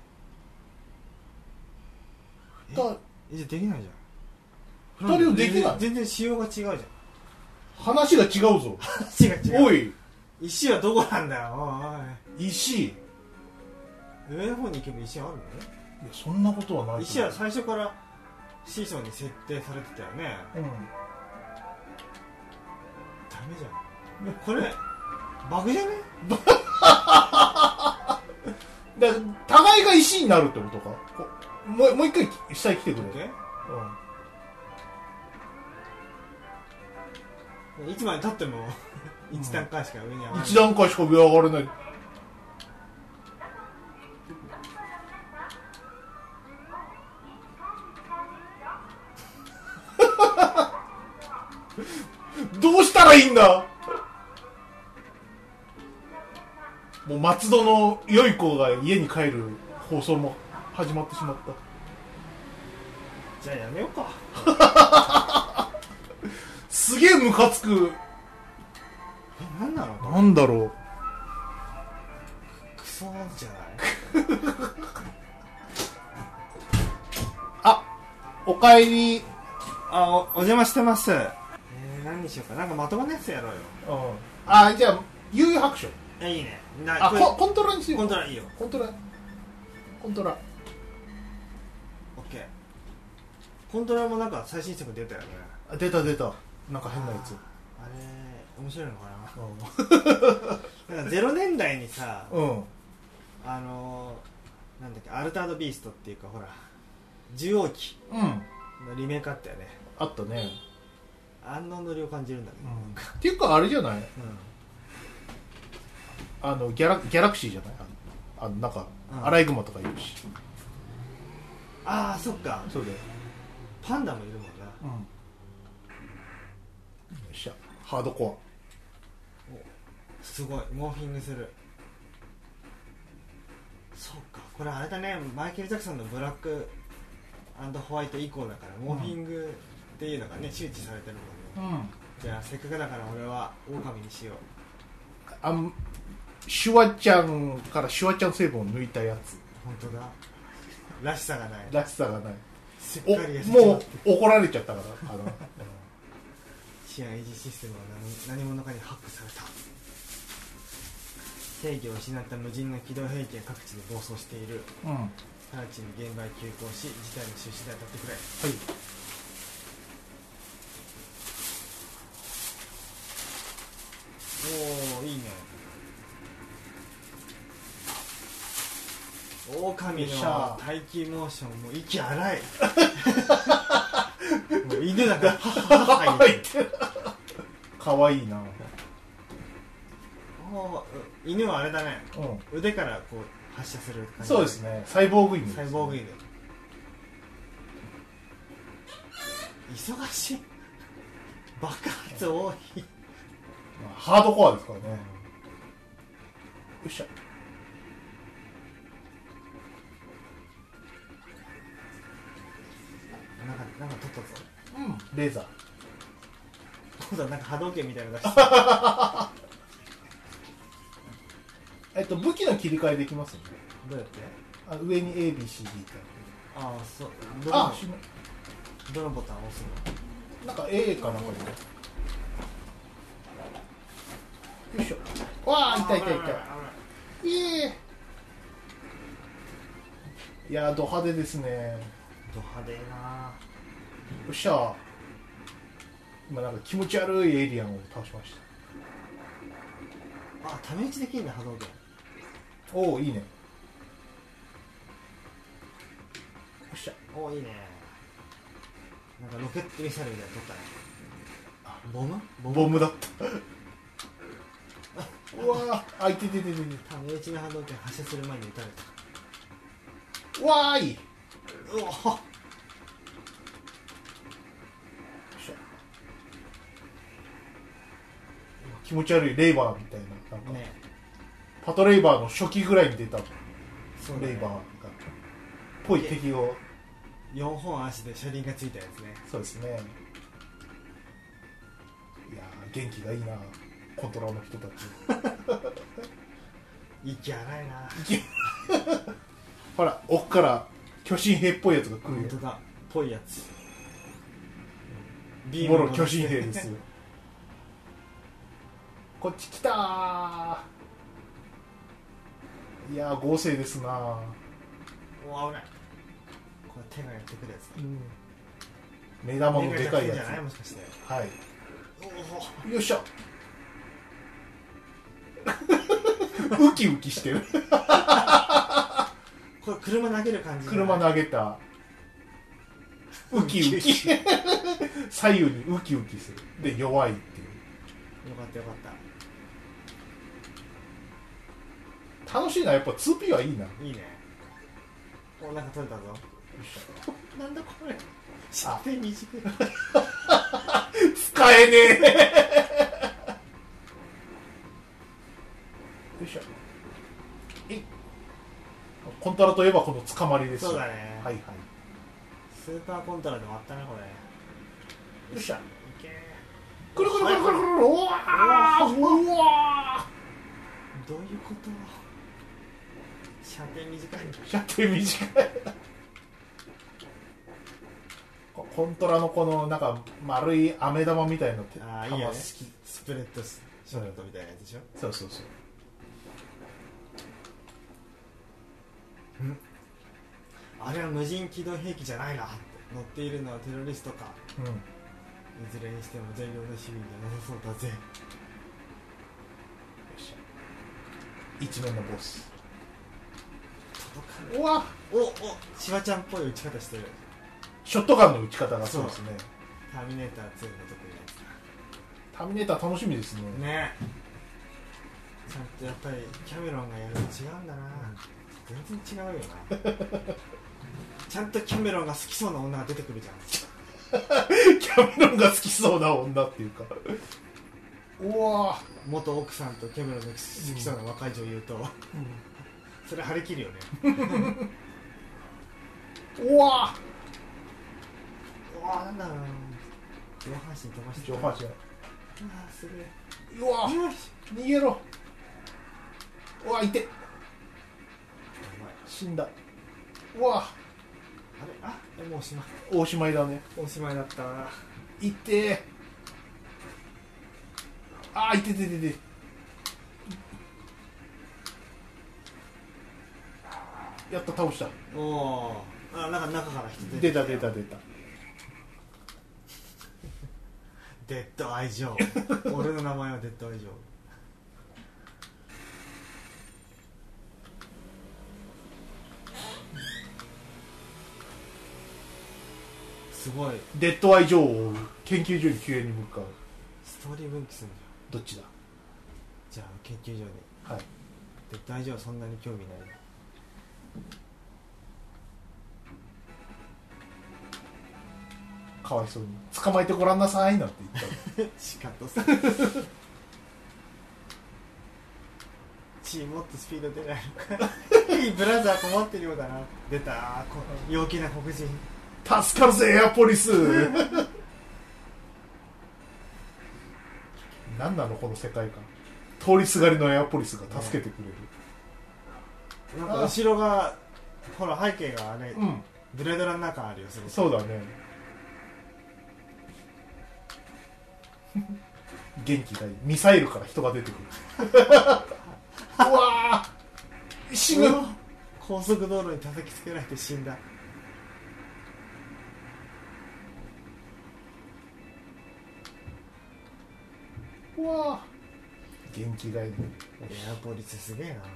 え
だ
えじゃあできないじゃん
二人用できない
んで全然全然仕様が違うじゃ
[LAUGHS]
ん
話が違うぞ。
違う違う
おい、
石はどこなんだよお
石。い
いおい上の方に行けば石あるの
や、そんなことはないと思う。
石は最初からシーソーに設定されてたよね
うん。
ダメじゃんこれバグじゃね
だ互いが石になるってことか。こもう、もう一回、下に来てくれ。うん。
いつまでたっても
うん
一段階しか上に上がらない
一段階しか上上がれない [LAUGHS] どうしたらいいんだもう松戸の良い子が家に帰る放送も始まってしまった
じゃあやめようか
すげえムカつく
え何なのこ
なんだろ
れクソじゃないう
あおかえり
あおお邪魔してますえー、何にしようかなんかまともなやつやろうよ
うんあじゃあ悠々白書
えいいねな
あ
こ
コ
れ
コントラにしよ
コン
う
トラいいよ
コントラコントラ
オッケーコントラもなんか最新作出たよね
あ出た出たなんか変なやつ
あれ面白いのか
う
ななんか0年代にさ
ん、うん、
あのー、なんだっけアルタードビーストっていうかほら獣王記
うん、
のリメイクあったよね
あったね、
あんなノリを感じるんだけど、なんか
っていうかあれじゃない
うん
あのギャラギャラクシーじゃないあのあのなんか、
うん
アライグマとかいるし
ああそっか
そうだよ、
パンダもいるもんな
うん、よっしゃハードコ
すごいモーフィングするそうかこれあれだねマイケル・ジャクソンのブラックホワイト以降だからモーフィングっていうのがね周知されてるもんね
アうん
じゃあせっかくだから俺はオオカミにしよう
あんシュワちゃんからシュワちゃん成分を抜いたやつ
本当だらしさがない
らしさがない
しっか
お
りやせてもら
も
って
う怒られちゃったからあの
治安維持システムは何何者かにハックされた正義を失った無人の機動兵器が各地で暴走している
うんは
直ちに現場へ急行し事態の収拾で当たってくれ
い
おおいいね狼
よっし
の
ゃ
待機モーションも息荒いもう犬だからハハ
[LAUGHS] 入ってるかわいいな
犬はあれだね
うん
腕からこう発射する感じ
そうですねサイボーグ犬
サイボーグ犬忙しい爆発多い
ハードコアですからねよっしゃ
なんかなんか取ったぞ
うんレーザー
今度はなんか波動拳みたいなの出して
えっと武器の切り替えできますよね
どうやって
あ上に ABCD って
ああそうど
あ
の
る
どのボタンを押すの
あなんか A かなんかでよいしょわあ痛い痛い痛いいえいやード派手ですね
ド派手な
よっしゃ今なんか気持ち悪いエイリアンを倒しました
あタメ打ちできるんだ波動拳
おおいいねよっしゃ
おおいいねなんかロケットミサイルみたいなの取ったねあボムボム
ボムだったうわーあいててててて
タメ打ちの波動拳発射する前に撃たれ
わーいよ
たうおっ
っしゃ気持ち悪いレイバーみたいななんか、
ね
パトレイバーの初期ぐらいに出た
そうだ
レ
ね
イバーがっぽい敵を
4本足で車輪がついたやつね
そうですねいやー元気がいいなコントラの人たち
息荒いな
ほら奥から巨神兵っぽいやつが来る
本
よ
当だぽいやつ
もろ巨神
持
兵で
って
す [LAUGHS] こっち来たーいやー合成ですなー
お危ないこれ手がやってくるやつ
目玉の
手
で
が
か
やってくるんじ
い
ゃない
や
もしかして
つは
おお
いよっしゃウキウキしてる
これ車投げる感じじゃない
車投げた [LAUGHS] ウキウキ左右にウキウキするで弱いっていう
よかったよかった
楽しいなやっぱ 2P はいいない
いねお腹取れたぞなんだこれシャ
あ
ーペン短い
使えねえよいしょえいコントラといえばこの捕まりですよ
そうだね
はいはい
スーパーコントラでもあったなこれ
よっしゃ
いけー
くるくるくるくるくるうわーうわ
どういうことシャーペン短い
ー射程短いこコントラのこのなんか丸い飴玉みたいな手
あーいいよね
玉好き
スプレッドショットみたいなやつでしょ
そうそうそう
あれは無人機動兵器じゃないな乗っているのはテロリストか
うん
いずれにしても大量の市民じゃなさそうだぜ
一面のボス
届かないう
わ
おおシワちゃんっぽい打ち方してる
ショットガンの打ち方がそうですね
ターミネーター2の得意なやつだ
ターミネーター楽しみですね
ねえちゃんとやっぱりキャメロンがやるの違うんだな全然違うよな [LAUGHS] ちゃんとキャメロンが好きそうな女が出てくるじゃん
[LAUGHS] キャメロンが好きそうな女っていうかうわ
元奥さんとキャメロンが好きそうな若い女優と、それ張り切るよね
うわ
うわなんだろうな上半身飛ばして
上半
身
身
あすげえ
うわ
よし
逃げろうわいて死んだうわ
あれあえもうおしまい
おしまいだね
おしまいだったない
てえあーいててててやった倒した
おおあなんか中から人出て
出
きよ
た出た出た
デッド愛情 [LAUGHS] 俺の名前はデッド愛情すごい
デッドアイ女王を追う研究所に救援に向かう
ストーリー分岐する
どっちだ
じゃんじゃあ研究所に
はい
デッド愛情はそんなに興味ない
かわいそうに捕まえてごらんなさいなんて言っ
しかとさチーもっとスピード出ないのかいいブラザー困ってるようだな出たーこ陽気な黒人
た助かるぜエアポリス何なのこの世界観通りすがりのエアポリスが助けてくれる、
なんか後ろがほら背景があれ、
うん
ブレードランナー感あるよそれ
そうだね元気がいいミサイルから人が出てくるうわー死ぬ
うわ高速道路に叩きつけられて死んだ
うわー元気がいい
エアポリスすげ [LAUGHS]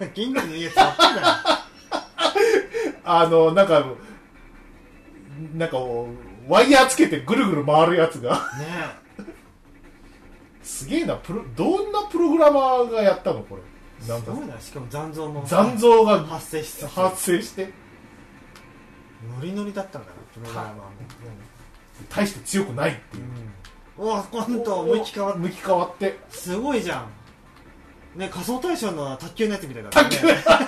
えな元気のいいやつばっかりだな
あのなんかなんかワイヤーつけてぐるぐる回るやつが [LAUGHS]
ね
すげえなプロどんなプログラマーがやったのこれ
え
なん
す
か
ごいなしかも残像も
残像が
発生しつつ
発生して
ノリノリだったんだなプログラマーも、
大して強くないっていう
うん、おお今度向き変わっ
向き変わって
すごいじゃんね仮想対象の卓球のやつみたいだったね
卓球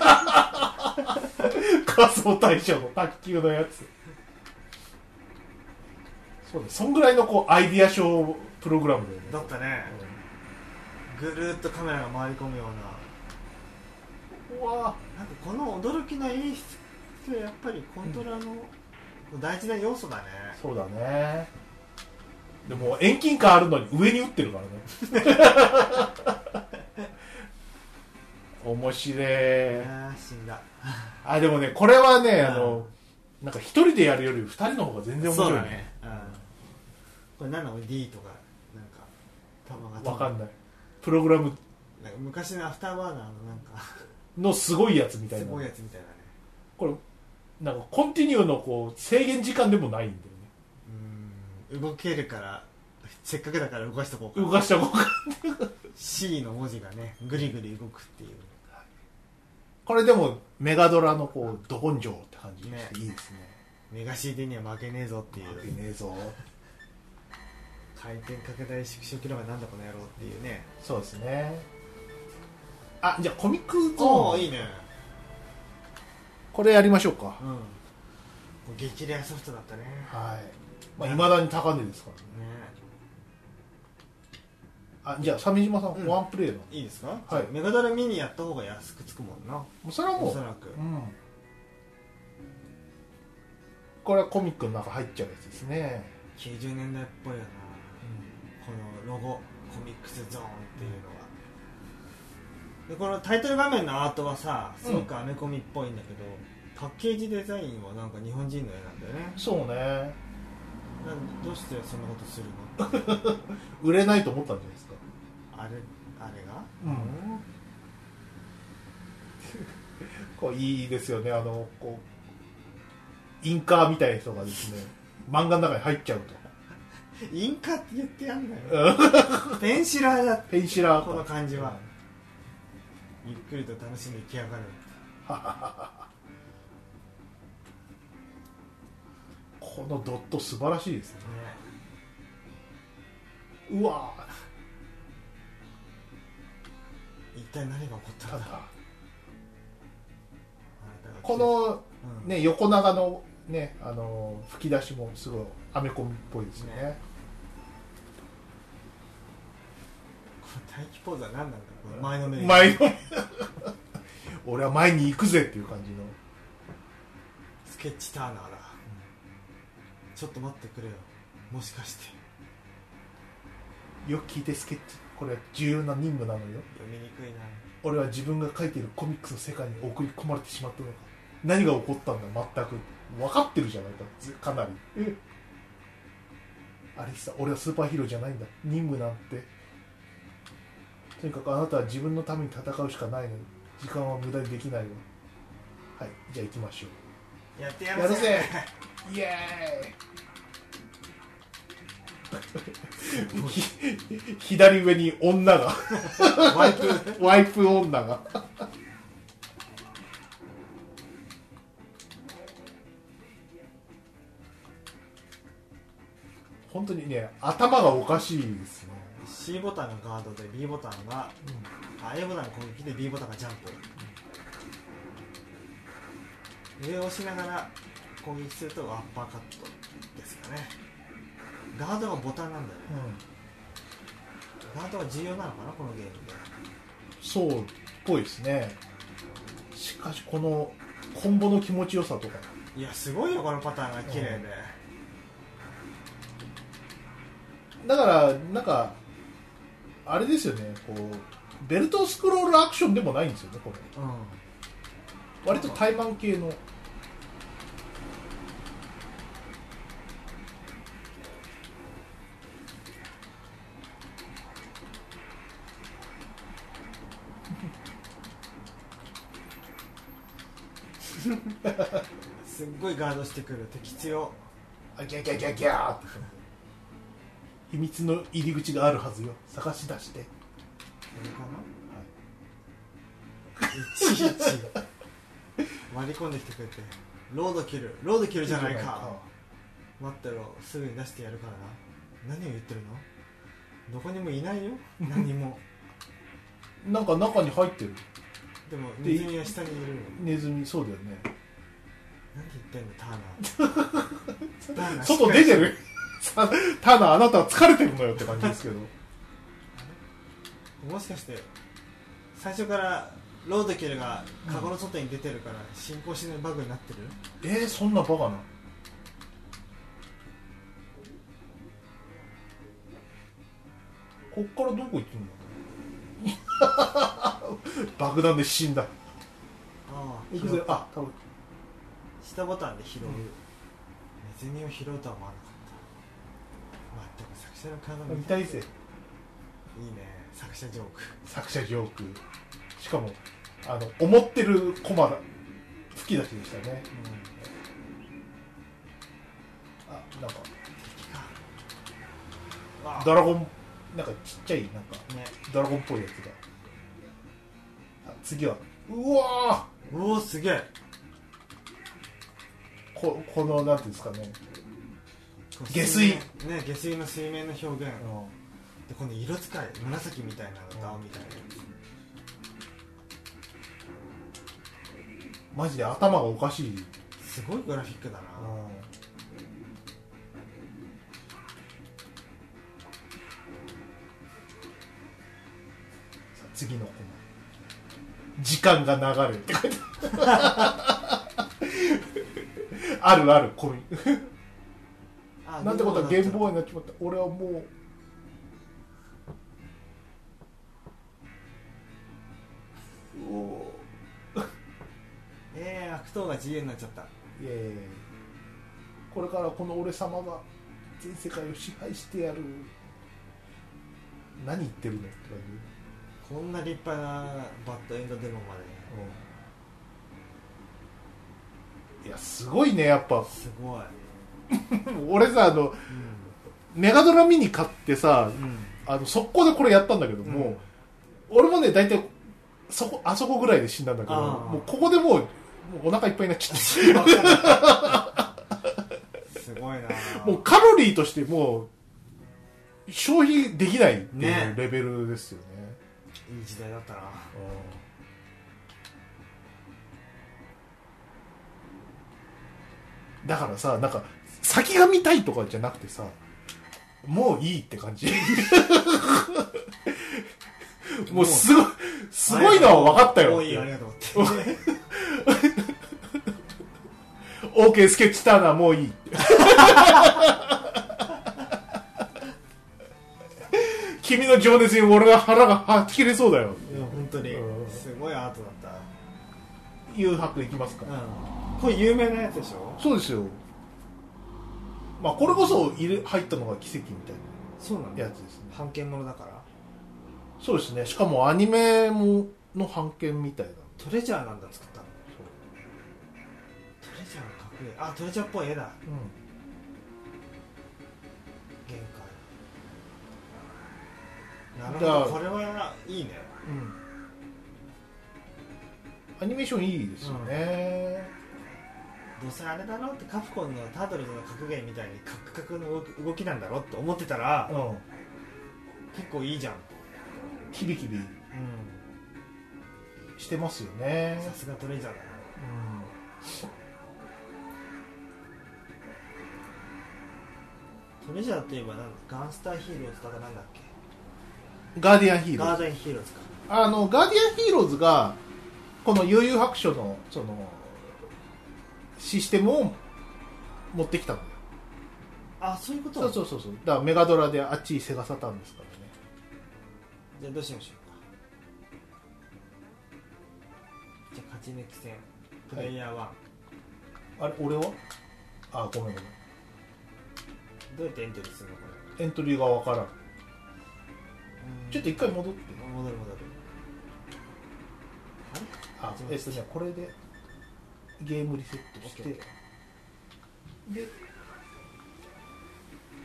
仮想対象の卓球のやつそうだそんぐらいのこうアイディア賞プログラムだよね
だったねぐるーっとカメラが回り込むよう
うんうわ
ななんかこの驚きの演出ってやっぱりコントラの大事な要素だね、
そうだねでも遠近感あるのに上に打ってるからね面白
あ
い
あー死んだ
あでもねこれはね
うん
あのなんか一人でやるより二人の方が全然面白い
うんこれ何なの D とかなんか弾が
わかんないいプログラム
なんか昔のアフターバーナーのなんか
のすごいやつみたい
す
な
ごいやつみたいだね
これなんかコンティニューのこう制限時間でもないんだよね
うーん動けるからせっかくだから動かしとこう
動
か
かしたこう
[LAUGHS]
か
C の文字がねぐりぐり動くっていう
これでもメガドラのこうど根性って感じでしていいですね
メガ CD には負けねえぞってい
負け
う
ねえぞ
回転拡大縮小キロがなんだこの野郎っていうね
そうですねあじゃあコミックゾ
おお
ーン
いいね
これやりましょうか
うんもう激レアソフトだったね
はいまあ、未だに高値ですからね
ね
あじゃあ鮫島さん、
うん
ワンプレイなのも
いいですか、
はい
メガドラミニやった方が安くつくもんな
うそれはも
お
う
そらく
うん、これはコミックの中入っちゃうやつですね、
90年代っぽいよなこのロゴコミックスゾーンっていうのはでこのタイトル画面のアートはさすごくアメコミっぽいんだけど、パッケージデザインはなんか日本人の絵なんだよね
そうね
なんどうしてそんなことするの
売れないと思ったんじゃないですか
あれあれが
うんこういいですよねあのこうインカーみたいな人がですね漫画の中に入っちゃうと
インカって言ってやんな
[LAUGHS]
よペンシラーだって
ペンシラー
この感じはゆっくりと楽しんで行きやがる
このドット素晴らしいですね
ね
うわー
一体何が起こった
た
のか
だ
あなたが
この
うん
ね横長のねあのー吹き出しもすごいアメコミっぽいですよね
ねこの待機ポーズは何なんだこの前のめり
前の [LAUGHS] 俺は前に行くぜっていう感じの
スケッチターナーだ、ちょっと待ってくれよもしかして
よく聞いてスケッチこれ重要な任務なのよ
読みにくいな
俺は自分が書いているコミックスの世界に送り込まれてしまったのか何が起こったんだ全く分かってるじゃないかずかなりえアリスさん俺はスーパーヒーローじゃないんだ任務なんてとにかくあなたは自分のために戦うしかないのよ時間は無駄にできないよはいじゃあ行きましょ
やってや
うやるぜイエーイ [LAUGHS] ひ左上に女が
ワイプ
ワイプ女が本当にね頭がおかしいですね
C ボタンがガードで B ボタンが、あ A ボタンが攻撃で B ボタンがジャンプ、上を押しながら攻撃するとアッパーカットですかねガードがボタンなんだよね
うん
ガードが重要なのかなこのゲームで
そうっぽいですねしかしこのコンボの気持ちよさとか
いやすごいよこのパターンが綺麗で、
だからなんかあれですよねこうベルトスクロールアクションでもないんですよねこれ
うん
割と怠慢系の
すっごいガードしてくる敵強
あギャギャギャギャーって秘密の入り口があるはずよ探し出して
これかな、い、ちいち割り込んできてくれてロードキルロードキルじゃないか待ってろすぐに出してやるからな何を言ってるのどこにもいないよ何も
なんか中に入ってる
でもネズミは下にいるの
ネズミそうだよね
何言ってんのターナーターナー
外出てる [LAUGHS] さただあなたは疲れてるのよって感じですけど
もしかして最初からロードキルがカゴの外に出てるから進行しないバグになってる、
えー、そんなバカなこっからどこ行ってん
[LAUGHS]
だ爆弾で死んだ
ああ
行くぜあ多分
下ボタンで拾う、
うん
ネズミを拾うとは思わなかった全く作者の顔が
見
見たい
たいぜ
いいね作者ジョーク
作者ジョークしかもあの思ってるコマが吹き出しでしたね
うん
あなんか
敵かわあ
ドラゴンなんかちっちゃいなんか
ね
ドラゴンっぽいやつがあ次はうわ
うおーすげえ
ーここのなんていうんですかね、
こう
下水
水面ね下水の水面の表現
う
で
ん
この色使い紫みたいなのと青みたいな
マジで頭がおかしい、うん
すごいグラフィックだな
さあ次のコマ時間が流れるって書いてある [LAUGHS] あるあるコミ
あ
なんてことは
ゲ
ゲ
ー
ー
ムボ
ムボ
ー
ーイになっちまった俺はもうお
イだえー、悪党が自由になっちゃった
ーいやいやいやこれからこの俺様が全世界を支配してやる何言ってるのって感
こんな立派なバッドエンドデモまで
じいやすごいねやっぱ [LAUGHS]
すごい
俺さあのメガドラミニ買ってさ
うん、うん、
あの速攻でこれやったんだけども、
うん
俺もね大体そこあそこぐらいで死んだんだけど
あー
もうここでもうもうお腹いっぱいになっちゃっ
すごいな
てもうカロリーとしてもう消費できないってい
ね
うレベルですよね
いい時代だったな
うんだからさなんか先が見たいとかじゃなくてさもういいって
[LAUGHS]
感じもうすごいすごいのは分かったよ
おいありがとうって
OK スケッチターナーも [LAUGHS] ういい君の情熱に俺が腹がはっきれそうだよ
いや本当に
うん
すごいアートだった
誘白いきますか、
うんこれ有名なやつでしょ
そうですよまあこれこそ入れ入ったのが奇跡みたい
そうなん
な
だ
やつですね
版権ものだから
そうですねしかもアニメもの版権みたいな
トレジャーなんだ作ったのトレジャーかっこいいあトレジャーっぽい絵だ
う
限界なる
だから
ほどこれはいいね
ん、うん、アニメーションいいですよね、
どうせあれだろってカプコンのタートルズの格ゲーみたいにカクカクの動き動きなんだろって思ってたら
うん
結構いいじゃん
キビキビ
う
してますよ
ん
ね、
さすがトレジャーだなトレジャーといえばなんだガンスターヒーローズとかなんだっけ
うん、ガーディアンヒーロー
ガー
ズ
デンヒーローズか
あのガーディアンヒーローズがこの悠々白書のそのシステムを持ってきたのよ
あそういうこと
そうそうそうそうだからメガドラであっちセガサターンですからね
じゃあどうしましょうかじゃあ勝ち抜き戦プレイヤー1、
あれ俺はあごめんごめん
どうやってエントリーするのこれ
エントリーがわからんちょ
と
っと一回戻って
戻る戻るあれ
あ
そう
え
で
っ
す
とねこれでゲームリセットして
オッケ
で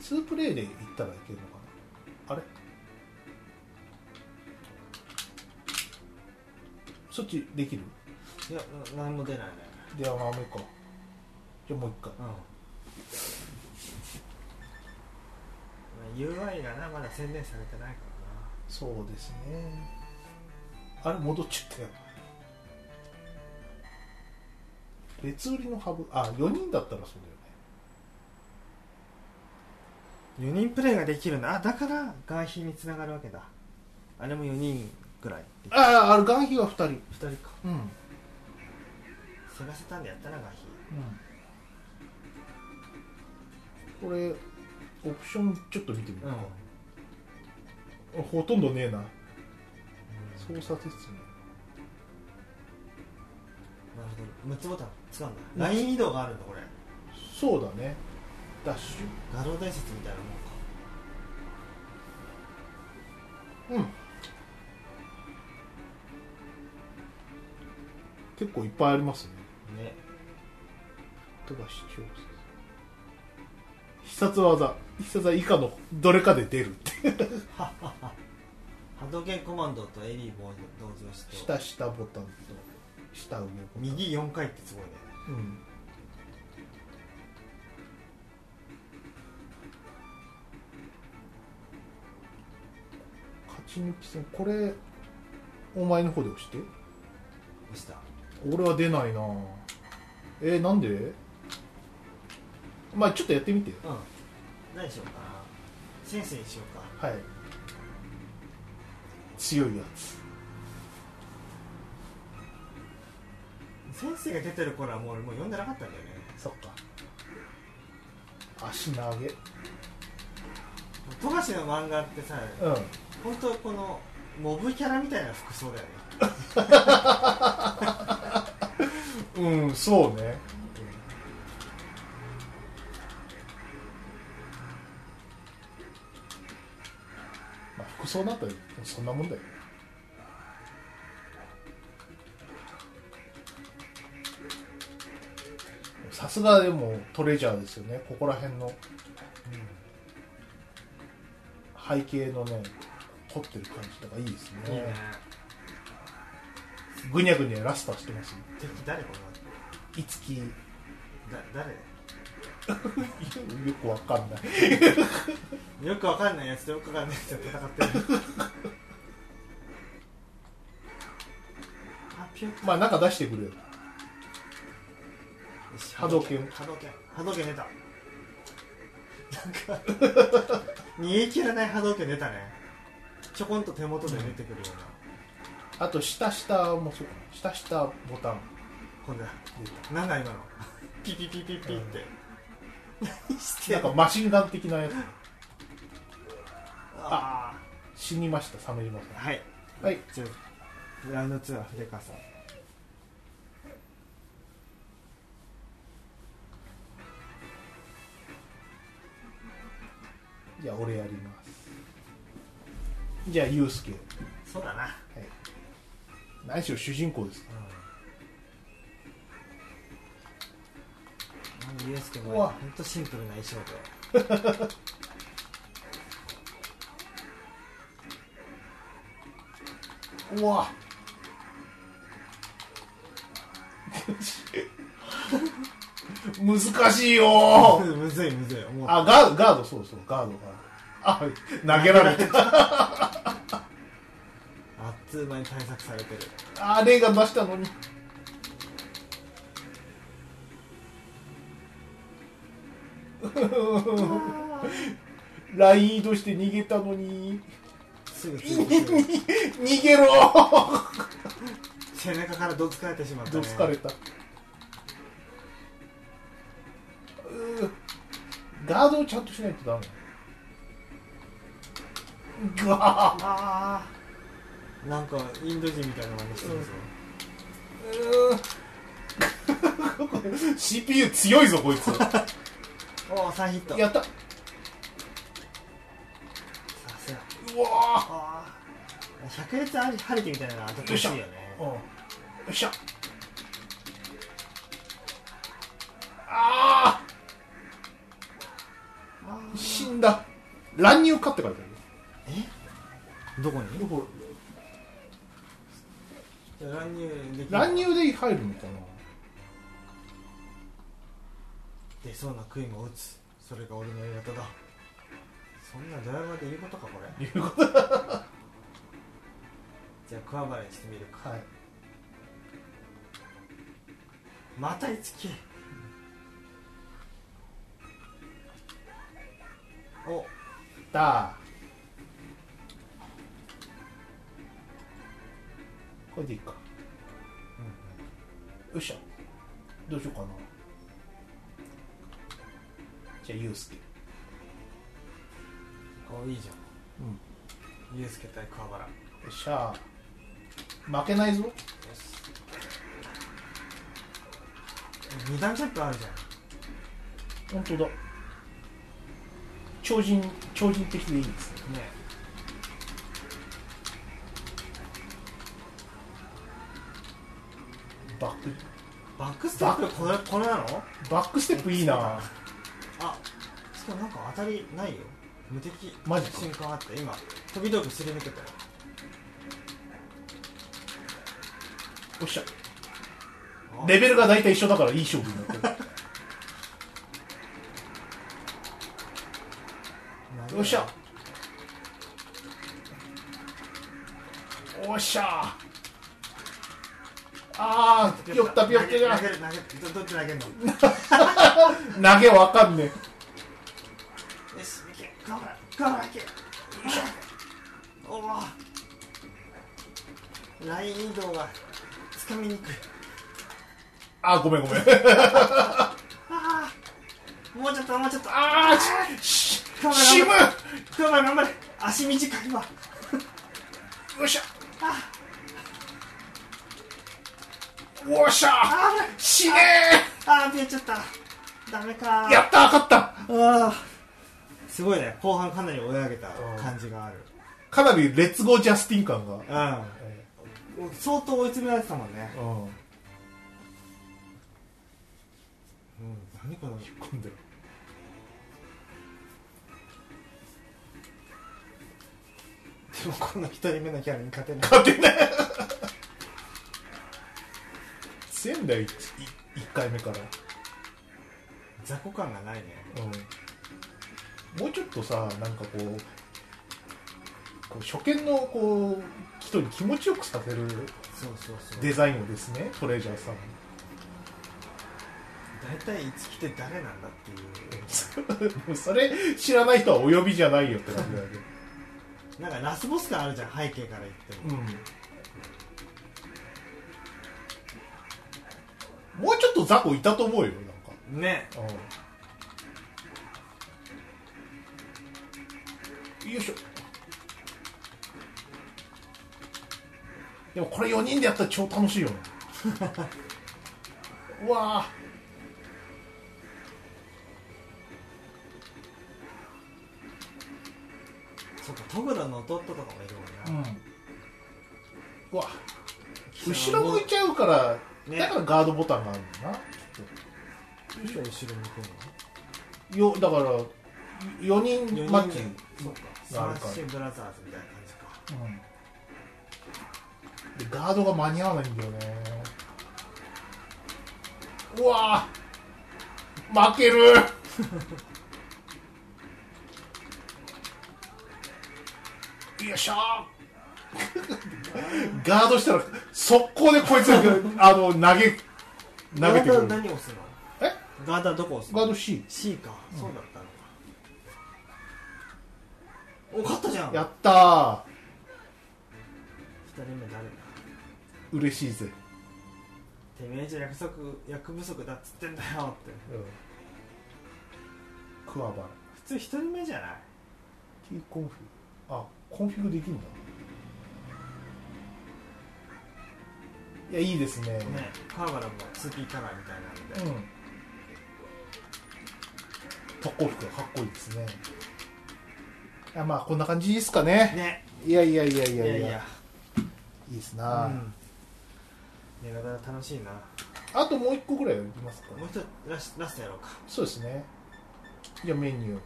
2プレイでいったらいけるのかなあれそっちできる
いやな何も出ないね
ではもう一個じゃあもう一回
うんまあ UI がなまだ宣伝されてないからな
そうですねあれ戻っちゃったよ別売りのハブあ4人だったらそうだよ
4
ね
人プレイができるんだあだから外費につながるわけだあれも4人ぐらい
あああれガンヒは2人
2人か
うん、
探せたんでやったな外費
これオプションちょっと見てみる
うん、
か、ほとんどねえな操作説
なるほど6つボタン使うんだライン移動があるんだこれ
明そうだねダッシ
画廊伝説みたいなもんか
ュうん結構いっぱいありますね
ね
とか視聴説殺技必殺は以下のどれかで出るって
波動拳コマンドとエリーボーイの同時押しと
下下ボタンと下上ボタン
右4回ってすごいね
うん勝ち抜き戦これお前の方で押して
押した
俺は出ないなえー、なんでまあちょっとやってみて
うん何しようかな先生にしようか
はい強いやつ
先生が出てる頃はもう俺もう読んでなかったんだよね
そっか足投げ
富樫の漫画ってさ
うん
本当このモブキャラみたいな服装だよね
うんそうねまあ服装なんてそんなもんだよねさすがでもトレジャーですよねここら辺の背景のね凝ってる感じとかいいです
いい
ね
ね
ぐにゃぐにゃラスターしてますよ
敵誰こ
いつき
のだ誰
よくわかんない
よくわかんないやつとよくわかんないやつが戦ってるあピュッ
まあなんか出してくれよ
よし
波動拳
波動拳波動拳出たなんか煮え切らない波動拳出たねちょこんと手元で出てくるような、
あと下下もそう下下ボタン
今度はなんだ今のピピピピピって、何して
なん
んの
かマシンガン的なやつ
あ
死にました鮫島さ
あはい
んはい
じゃあラウンド2は筆川さん
じゃあ俺やりますじゃあユうスケ
そうだな
何しろ主人公ですか
あのユースケも
うわ
ほんとシンプルな衣装で
うわ [LAUGHS] 難しいよ
[LAUGHS]
ー
むずいむずいもう
あガードガードそうそうガードガードあ投げられて
あっつう間に対策されてる
あレーガン出したのにライン移動して逃げたのに
すぐついてくる
逃げろ
背中からどつかれてしまった、ね、
どつかれたうーガードをちゃんとしないとダメガ [LAUGHS] ー
ああなんかインド人みたいな真似してるぞ、
CPU 強いぞこいつ
おお3ヒット
やったう
さすが
わ
ああ百裂あり晴れてみたいなの当たってほしいよね
うんよっしゃあ
あ
あ死んだ乱入かって書いてあ
ーどこに
るよ
乱入できる
乱入で入るのかな
出そうな杭も打つそれが俺のやり方だそんなドラマで言うことかこれ
いうこと
じゃあ桑原にしてみるか
はい
また一木お
だこれでいいか、よっしゃどうしようかなじゃあユうスケ
おいいじゃんうんユースケ対桑原よ
よっしゃ負けないぞ
し二段ジャンプあるじゃん
本当だ超人超人的でいいですね
ね
バック
バックステップこれこれなの
バックステップいいな
あしこなんか当たりないよ無敵
マジか
瞬間あって今飛び道具すり抜けたよ
おっしゃ
あ
レベルが大体一緒だからいい勝負になってるよっしゃおっしゃあーぴょったぴょっ
投げ
てじゃ
投げる投げるどどっち投げるのよ
投げわかんね
しいけ頑張れ頑張れいけおおライン移動がつかみにくい
あーごめんごめん
ああもうちょっともうちょっとあ
あーしし
カメラ
渋い
頑張れ頑張れ足短いわ
よっしゃおっしゃ
あ
しね
ーあーピえちゃったダメか
えやったー勝った
あーすごいね後半かなり追い上げた感じがある
かなりレッツゴージャスティン感が、
うん相当追い詰められてたもんね、
うん
うん、何この
今度
でもこの一人目のキャラに勝てない
勝てない仙台 1, 回目から、
雑魚感がないね
うん、もうちょっとさなんかこうこう初見のこう人に気持ちよくさせる
そうそうそう
デザインをですねトレジャーさん
大体いつ来て誰なんだっていう
[LAUGHS] もうそれ知らない人はお呼びじゃないよって感じだけど
なんかラスボス感あるじゃん背景から言っても
うんもうちょっと雑魚いたと思うよなんか
ね
よいしょでもこれ4人でやったら超楽しいよねうわあ
そっかトグロの弟とかもいるもんな、
うんうわ後ろ向いちゃうから、
ね
だからガードボタンがあるんだな
後ろ向く
よだから4人
の
マッチ、
そっかス
な
マ
るか
ッシュブラザーズみたいな感じか
でガードが間に合わないんだよねうわー負ける [LAUGHS] よいしょ [LAUGHS] ガードしたら速攻で
[LAUGHS]
こいつがあの投げ投げて
ガー
く
ドは
る
何をするの
え
ガードはどこをする
ガー
の
ド C
C か、そうだったのかお勝ったじゃん
やったー
二人目誰だ
嬉しいぜ、
てめえじゃ約束役不足だっつってんだよって
うん、クワバラ
普通一人目じゃない
T コンフィグあコンフィグできるんだいやいいですね
ねカーバラも 2P カラーみたいなので、
うん特攻服がかっこいいですねいやまあこんな感じですかね
ね
いやいやいやい
い
や
や
いや
い
い
や
いです
う
な、
んメガドラ楽しいな
あともう一個ぐらいいきますか
もう一つラスラストやろうか
そうですねじゃあメニュー
何がい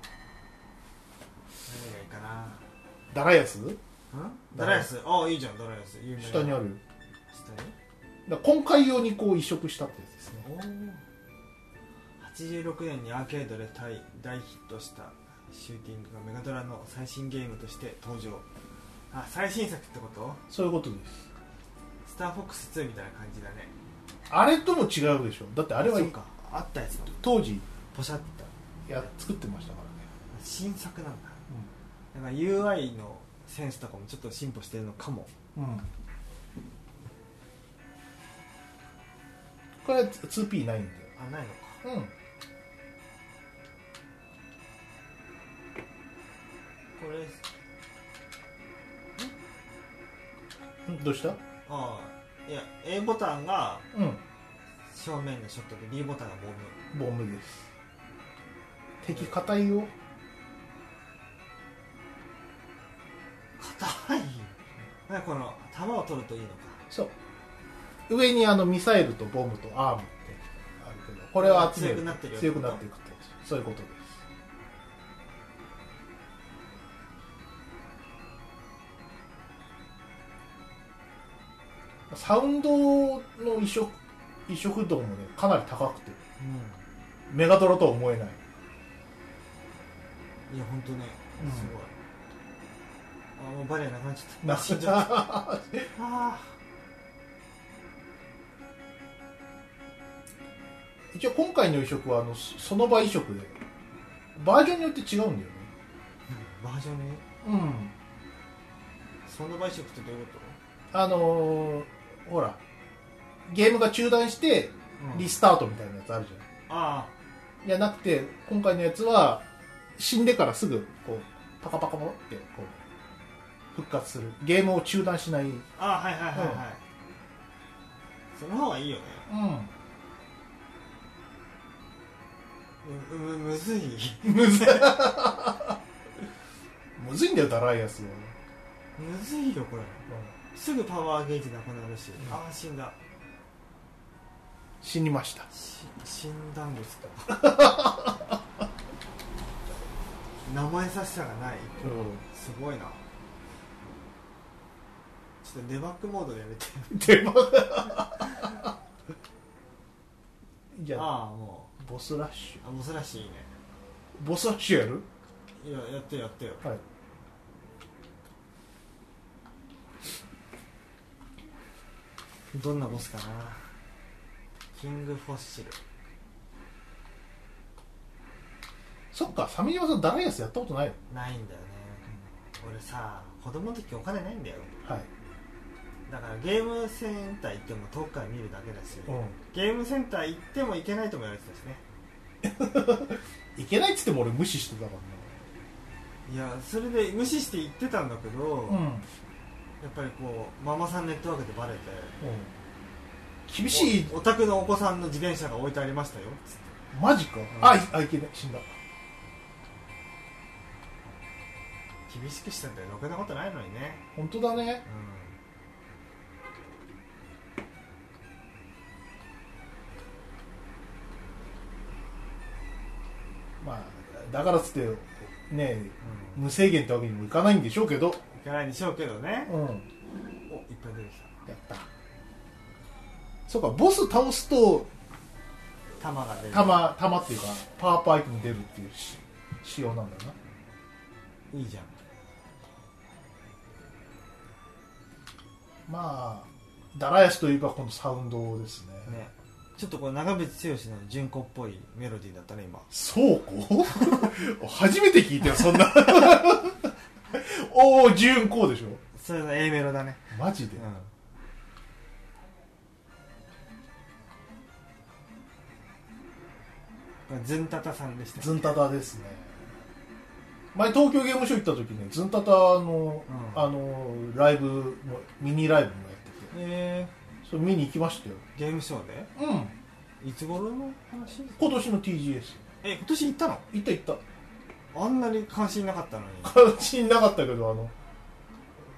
いかな
ダラヤス
んドラヤスああいいじゃんドラヤス有名な
下にある
下に
だから今回用にこう移植したってやつですね
おー86年にアーケードで大大ヒットしたシューティングがメガドラの最新ゲームとして登場あ最新作ってこと
そういうことです
スターフォックス2みたいな感じだね
あれとも違うでしょだってあ
あ
れは
そうかあったやつだ
当時
ポシャってた
いや作ってましたからね
新作なんだなんか UI のセンスとかもちょっと進歩してるのかも
うんこれ 2P ないんだよ
あないのか
うん
これ
どうした
ああいや A ボタンが
うん
正面のショットで B ボタンがボム
ボムです敵硬いよ
硬いなんかこの弾を取るといいのか
そう上にあのミサイルとボムとアームってあるけどこれを集める
強くなってるよ
強くなっていくってやつそういうことですサウンドの移植移植度もねかなり高くてメガドラとは思えない
いや本当ね
うん
すごい、あもうバレエなくなっちゃ
な
った死んじゃった
か
あ
一応今回の移植はあのそその場移植でバージョンによって違うんだよね
ーバージョンね
うん
その場合食ってどういうこ
あのーほらゲームが中断して
と、うん
リスタートみたいなやつあるじゃん、
あ
いやなくて今回のやつは死んでからすぐこうパカパカパカってこう復活するゲームを中断しないうん
あああはいはいはいはい、その方がいいよねむむむずい
むずい [LAUGHS] むずいんだよダライアスは、
むずいよこれ
うん
すぐパワーゲージなくなるし、ああ死んだ
死にました
し死んだんですか [LAUGHS] 名前さしさがないすごいなちょっとデバッグモードやめて [LAUGHS]
でもいや
ああも
ボスラッシ
うあもうそらしいね
ュボスラッシュやる
いややってよやってよ
はい
どんなボスかなキングフォッシル
そっか鮫島さんダライアスやったことないよ
ないんだよね俺さ子供の時お金ないんだよ
はい、
だからゲームセンター行っても遠くから見るだけだし、
う
ゲームセンター行っても行けないとも言われてたしね
ん、いけないっつっても俺無視してたか
いやそれで無視して行ってたんだけど、
らね
やっぱりこうママさんネットワークでバレて
厳しい
おお宅のお子さんの自転車が置いてありましたよつっ
マジか、あいあいけない死んだ
て厳しくしたんだよろくなことないのにね
本当だね
うん
まあだからっつってね無制限ってわけにもいかないんでしょうけど
行かないでしょうけどね
うん
おいっぱい出てき
やったそうかボス倒すと
た玉が出る
弾弾っていうかパワーアップアイテム出るっていうし仕様なんだない
いじゃん
まあダラヤシといえばこのサウンドですね
ねちょっとこの長渕剛の純子っぽいメロディーだったね今
そうこ [LAUGHS] 初めて聞いたよそんなおお純光でしょ
それの A メロだね
マジ
う
で
んこれズンタタさんでした
ズンタタですね前東京ゲームショウ行った時ねズンタタの,、
うん
あのライブのミニライブもやってて
え
それ見に行きましたよ
ー、ゲームショーで
うん
いつ頃の話
今年の TGS
え今年行ったの
行った行った
あんなに関心なかったのに
感じなかったけどあの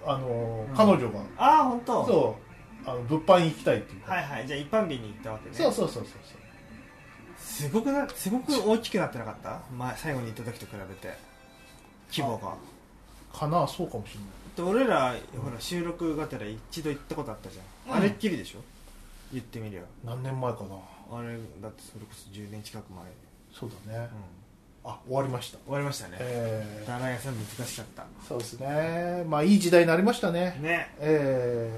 あの、
うん
彼女が
ああ本当
そうあの物販に行きたいっていうから、
はいはいじゃあ一般日に行ったわけね
そうそうそうそうそう
すごくなすごく大きくなってなかった前最後に行った時と比べて規模が
かなそうかもしれない
で俺ら、ほら収録がてら一度行ったことあったじゃん、
う
あ
ん
れっきりでしょ言ってみりゃ
何年前かな
あれだってそれこそ10年近く前、うん、
そうだね、あ終わりました
終わりましたね、
え
ダラヤさん難しかった
ー、そうですねまあいい時代になりましたね
ね
え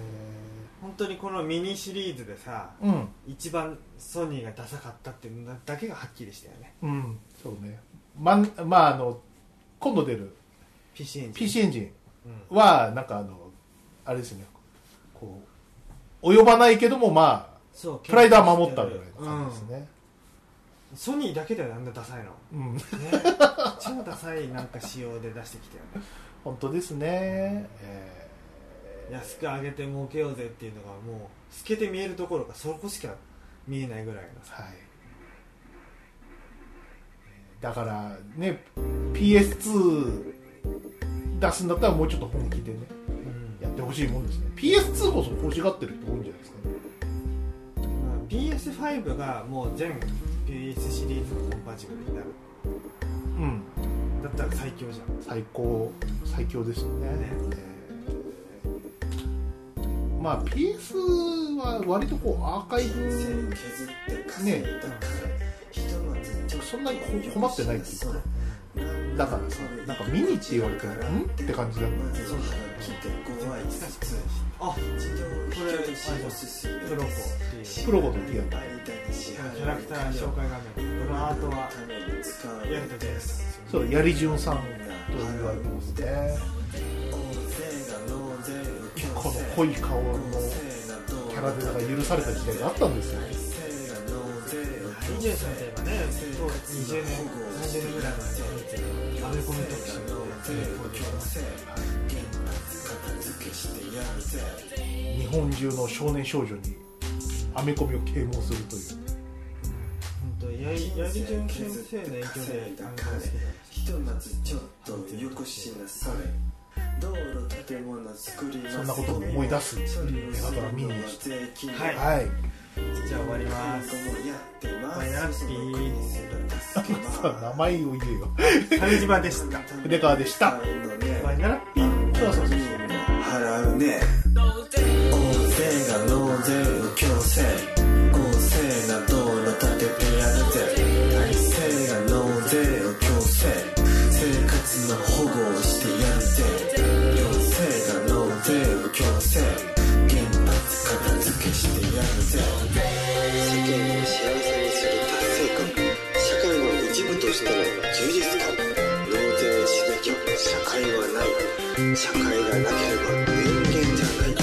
本当にこのミニシリーズでさ
ー、うん
一番ソニーがダサかったっていうのだけがはっきりしたよね
うんそうねまんまああの今度出る
PC エンジン
PC エンジン
うん
はなんかあのあれですねこう及ばないけどもまあ
そう
プライドは守ったみたいな感じですね、
うんソニーだけではあんなダサいの
うん
ね超ダサいなんか仕様で出してきたよね
本当ですね、え
安く上げて儲けようぜっていうのがもう透けて見えるところがそこしか見えないぐらいの
ー
さ
はいだからね PS2 出すんだったらもうちょっと本気でね
うん
やってほしいもんですね PS2 こそ欲しがってる人多いんじゃないですかね
PS5 がもう全 PS シリーズのコンパチブルになる
うん
だったら最強じゃん
最高最強ですよね
ね
えまあ PS は割とこうアーカイブ
削って稼いだから、人の絶頂
そんなに困ってないっていうかねだからさなんかミニって言われてもんって感じだもんね
そうだ聞いて5枚ずつ
あ
事業
これ
引き落としおすすめ
プロコっていう
プロコとピアノ
キャラクター紹介画面このアートはヤクトです
そうやりじゅんさんと言われてますねこの濃い顔のキャラデザが許された時代があったんですよ
二十歳といえばね当時20年30年ぐらい前のアメコミ特集のレポートをして
日本中の少年少女にアメコミを啓蒙するという
本当やりやりじゅん先生の影響でアメコミ好きだ
ひとまずちょっとよこしなさい道路建物作ります
そんなことも思い出すメガドラミニでし
はい
たはい
じゃあ終わりますマイナーピ
[LAUGHS] さ [LAUGHS] あ名前を言えよ
ー鮫島でした
筆川でした
バイナラピー
[LAUGHS] そうそうそう
払うね大勢が納税を強制合成な道路建ててやるぜ大勢が納税を強制生活の保護をしてやるぜ行政が納税を強制原発片付けしてやるぜ
世間を幸せにする達成感社会の一部としての充実感納税しなきゃ社会はない社会がなければ人間じゃない